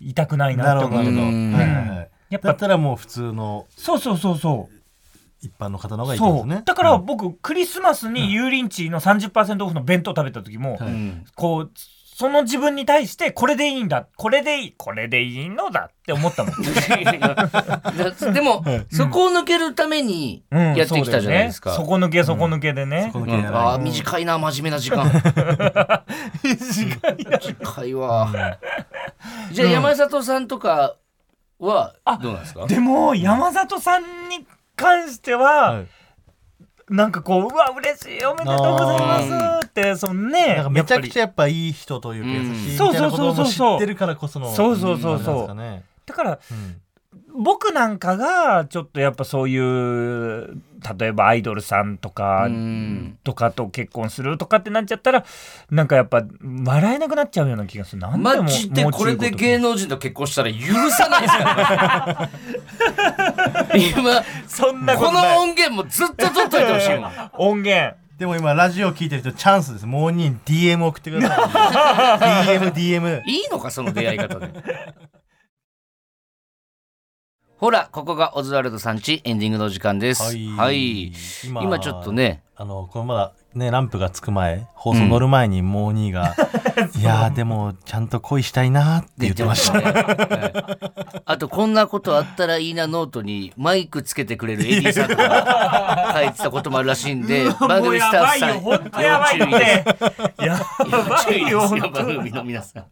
[SPEAKER 4] いたくないなって思う、
[SPEAKER 2] なるほどうん
[SPEAKER 3] はいはいはい
[SPEAKER 4] やっ
[SPEAKER 3] だっ
[SPEAKER 4] ぱ
[SPEAKER 3] たらもう普通の
[SPEAKER 4] そうそうそうそう
[SPEAKER 3] 一般の方の方がいいんで
[SPEAKER 4] そ
[SPEAKER 3] す
[SPEAKER 4] う、
[SPEAKER 3] ね
[SPEAKER 4] だから僕クリスマスに油淋鶏の30%オフの弁当食べた時も、
[SPEAKER 2] (laughs)
[SPEAKER 3] は
[SPEAKER 2] うん
[SPEAKER 4] こうその自分に対してこれでいいんだこれでいいこれでいいのだって
[SPEAKER 2] (laughs)
[SPEAKER 4] 思ったもん
[SPEAKER 2] だでも、そこを抜けるために
[SPEAKER 4] うん
[SPEAKER 2] やってきたじゃないですか。
[SPEAKER 4] そうだよね、底抜け底抜けでね、
[SPEAKER 3] この
[SPEAKER 2] う
[SPEAKER 3] 毛
[SPEAKER 2] ん
[SPEAKER 3] 嫌い
[SPEAKER 2] ああ、短いな、真面目な時間。短いわ。じゃあ、山里さんとかは
[SPEAKER 4] あ、
[SPEAKER 2] どうなんですか
[SPEAKER 4] でも山里さんに関しては、
[SPEAKER 3] はい
[SPEAKER 4] なんかこううわ嬉しいおめでとうございますってそのね
[SPEAKER 3] なんかめちゃくちゃ
[SPEAKER 4] ゃ
[SPEAKER 3] やっぱいい人というか優しいみ
[SPEAKER 4] うん
[SPEAKER 3] たいなことも知ってるからこその
[SPEAKER 4] そうそうそうそう
[SPEAKER 3] うんあれなんで
[SPEAKER 4] だから
[SPEAKER 3] すかね
[SPEAKER 4] 僕なんかがちょっとやっぱそういう例えばアイドルさんとか
[SPEAKER 2] うん
[SPEAKER 4] とかと結婚するとかってなっちゃったらなんかやっぱ笑えなくなっちゃうような気がするなんでも
[SPEAKER 2] マジでこれで芸
[SPEAKER 4] 能
[SPEAKER 2] 能人と結婚したら許さないですから、 (laughs) ね、今
[SPEAKER 4] そんなこ
[SPEAKER 2] ことの
[SPEAKER 4] ない
[SPEAKER 2] 音源もずっと取っといてほしいもん
[SPEAKER 4] 音源
[SPEAKER 3] うんでも今ラジオ聞いてる人チャンスですもうに DM 送ってください (laughs) DMDM
[SPEAKER 2] いいのかその出会い方でほらここがオズワルドさんちエンディングの時間ですはい、
[SPEAKER 3] 今
[SPEAKER 2] 今ちょっとね
[SPEAKER 3] あのこのまだねランプがつく前放送乗る前にモーニー
[SPEAKER 2] (laughs)
[SPEAKER 3] が「いやーでもちゃんと恋したいな」って言ってました
[SPEAKER 2] ね、はいあとこんなことあったらいいなノートにマイクつけてくれるエディさんが書いてたこともあるらしいんで番組スタッフさん
[SPEAKER 4] もうやばいよ本当やばいっ
[SPEAKER 2] 要注意です
[SPEAKER 4] てやば
[SPEAKER 2] 注意
[SPEAKER 4] い
[SPEAKER 2] で
[SPEAKER 4] よ
[SPEAKER 2] す
[SPEAKER 4] 本
[SPEAKER 2] よ、
[SPEAKER 4] 当
[SPEAKER 2] 番組の皆さん。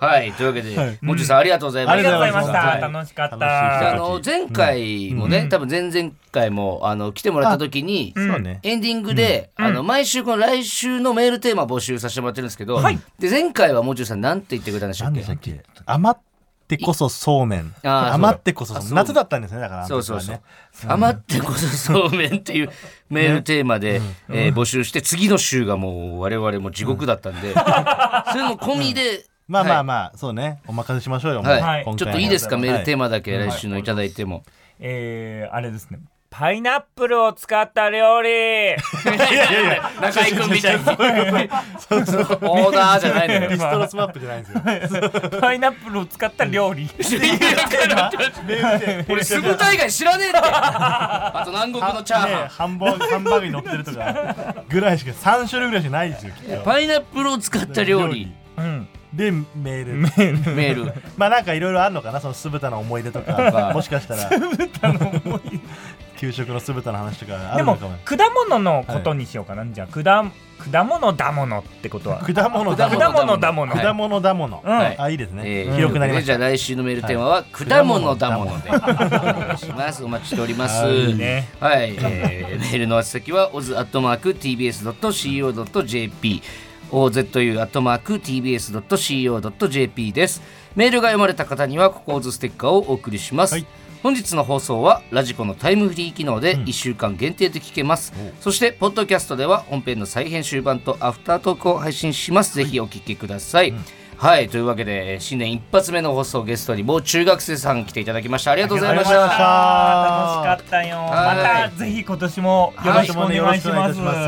[SPEAKER 2] はい、というわけで、もちさんありがとうございま
[SPEAKER 4] あり
[SPEAKER 2] し
[SPEAKER 4] がとう
[SPEAKER 2] た。
[SPEAKER 4] ございまし
[SPEAKER 3] は
[SPEAKER 4] た
[SPEAKER 3] い
[SPEAKER 4] 楽しかった
[SPEAKER 3] 楽しい
[SPEAKER 2] あの前回もね、多分前々回もあの来てもらった時に、
[SPEAKER 3] そうね
[SPEAKER 2] エンディングで、あの毎週この来週のメールテーマ募集させてもらってるんですけど、
[SPEAKER 4] はい
[SPEAKER 2] で前回はもちさんなんて言ってくれたんでした
[SPEAKER 3] 何
[SPEAKER 2] っ
[SPEAKER 3] で
[SPEAKER 2] け
[SPEAKER 3] したっけ余ってこそそうめん
[SPEAKER 2] あー
[SPEAKER 3] 余ってこそ
[SPEAKER 2] そうだ
[SPEAKER 3] そうめん夏だったんですねだから
[SPEAKER 2] そうそうそう
[SPEAKER 3] あの時はね。
[SPEAKER 2] 余ってこそそうめんっていうメールテーマで、えー募集して、次の週がもう我々も地獄だったんで、それも込みで、
[SPEAKER 3] まあまあ
[SPEAKER 2] はい
[SPEAKER 3] まあそうねお任せしましょうよもう
[SPEAKER 2] は
[SPEAKER 4] はい
[SPEAKER 2] い、ちょっといいですか、メールテー
[SPEAKER 3] マ
[SPEAKER 2] マだけ来週のいただいても。
[SPEAKER 4] えーあれですねパイナップルを使った料理
[SPEAKER 2] いやいやいや、中居君みたいに。オーダーじゃないの
[SPEAKER 3] リ
[SPEAKER 2] よ。
[SPEAKER 3] ストロスマップじゃないんですよ
[SPEAKER 4] パイナップルを使った料理
[SPEAKER 2] 俺、すぐ大会知らねえって。あと南国のチャー
[SPEAKER 3] ね
[SPEAKER 2] ハ
[SPEAKER 3] ハンバーグハンバーグに乗ってるとかぐらいしか3種類ぐらいしかないですよきっ
[SPEAKER 2] ン。
[SPEAKER 3] と
[SPEAKER 2] パイナップルを使った料理、
[SPEAKER 4] (laughs) うん
[SPEAKER 3] でメール
[SPEAKER 2] メール。
[SPEAKER 3] まあなんかいろいろあるのかなその酢豚の思い出と
[SPEAKER 2] ま
[SPEAKER 3] か
[SPEAKER 2] あ
[SPEAKER 3] もしかしたら酢豚の思い出給食の酢豚の話とかあ
[SPEAKER 4] で
[SPEAKER 3] るの
[SPEAKER 4] も
[SPEAKER 3] かも
[SPEAKER 4] 果物のことにしようかな、じゃあ果果物だものってことは
[SPEAKER 3] 果物だも
[SPEAKER 4] 果
[SPEAKER 3] の
[SPEAKER 4] 物だもの、
[SPEAKER 3] 果物だもの
[SPEAKER 4] うん
[SPEAKER 2] はい
[SPEAKER 3] あいいですね
[SPEAKER 2] えー
[SPEAKER 3] 広くなりまし
[SPEAKER 2] じゃあ
[SPEAKER 3] た
[SPEAKER 2] 来週のメールテーマは、果物だもので。お願いします。お待ちしております。
[SPEAKER 3] はい
[SPEAKER 4] ね
[SPEAKER 2] はい、えーメールの宛先は oz.tbs.co.jp ozu.tbs.co.jp ですメールが読まれた方にはここ oz ステッカーをお送りします、
[SPEAKER 3] はい
[SPEAKER 2] 本日の放送はラジコのタイムフリー機能で1週間限定で聞けます、そしてポッドキャストでは本編の再編集版とアフタートークを配信しますぜひお聞きください、はいというわけで新年一発目の放送ゲストにもう中学生さん来ていただきましたありがとうございまし
[SPEAKER 3] ありがとうございました
[SPEAKER 4] あー楽しかったよ
[SPEAKER 2] はい
[SPEAKER 4] またぜひ今年もよろしくお願い
[SPEAKER 3] はい
[SPEAKER 4] しま
[SPEAKER 3] よろしく
[SPEAKER 4] す、
[SPEAKER 3] お願いいたしま
[SPEAKER 2] はい、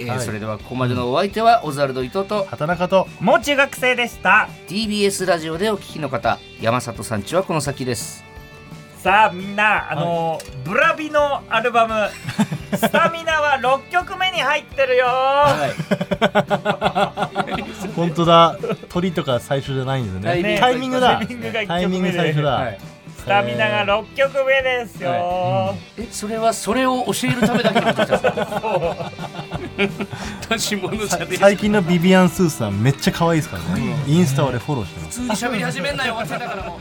[SPEAKER 2] えー
[SPEAKER 3] はい
[SPEAKER 2] それではここまでのお相手はオザルド伊藤と
[SPEAKER 3] 畑中と
[SPEAKER 4] もう中学生でした
[SPEAKER 2] TBS ラジオでお聞きの方山里さんちはこの先です
[SPEAKER 4] さあみんなあのーブラビのアルバム
[SPEAKER 3] (laughs)
[SPEAKER 4] 「スタミナ」は6曲目に入ってるよ
[SPEAKER 2] はい
[SPEAKER 3] 本当だ鳥とか最初じゃないんです
[SPEAKER 2] タイミン
[SPEAKER 3] ね
[SPEAKER 2] グ
[SPEAKER 3] タイミングだ
[SPEAKER 4] タイミングが一
[SPEAKER 3] タイミング
[SPEAKER 4] 曲目
[SPEAKER 3] 最初
[SPEAKER 4] で
[SPEAKER 3] だ
[SPEAKER 4] スタミナが6曲目ですよ、
[SPEAKER 2] えそれはそれを教えるためだけのことですか (laughs) 私ものじゃねえ
[SPEAKER 3] 最近のビビアン・スーさんめっちゃ可愛いですからねインスタ俺フォローしてます
[SPEAKER 2] 普通に喋り始めんなよ終わっちゃったからもう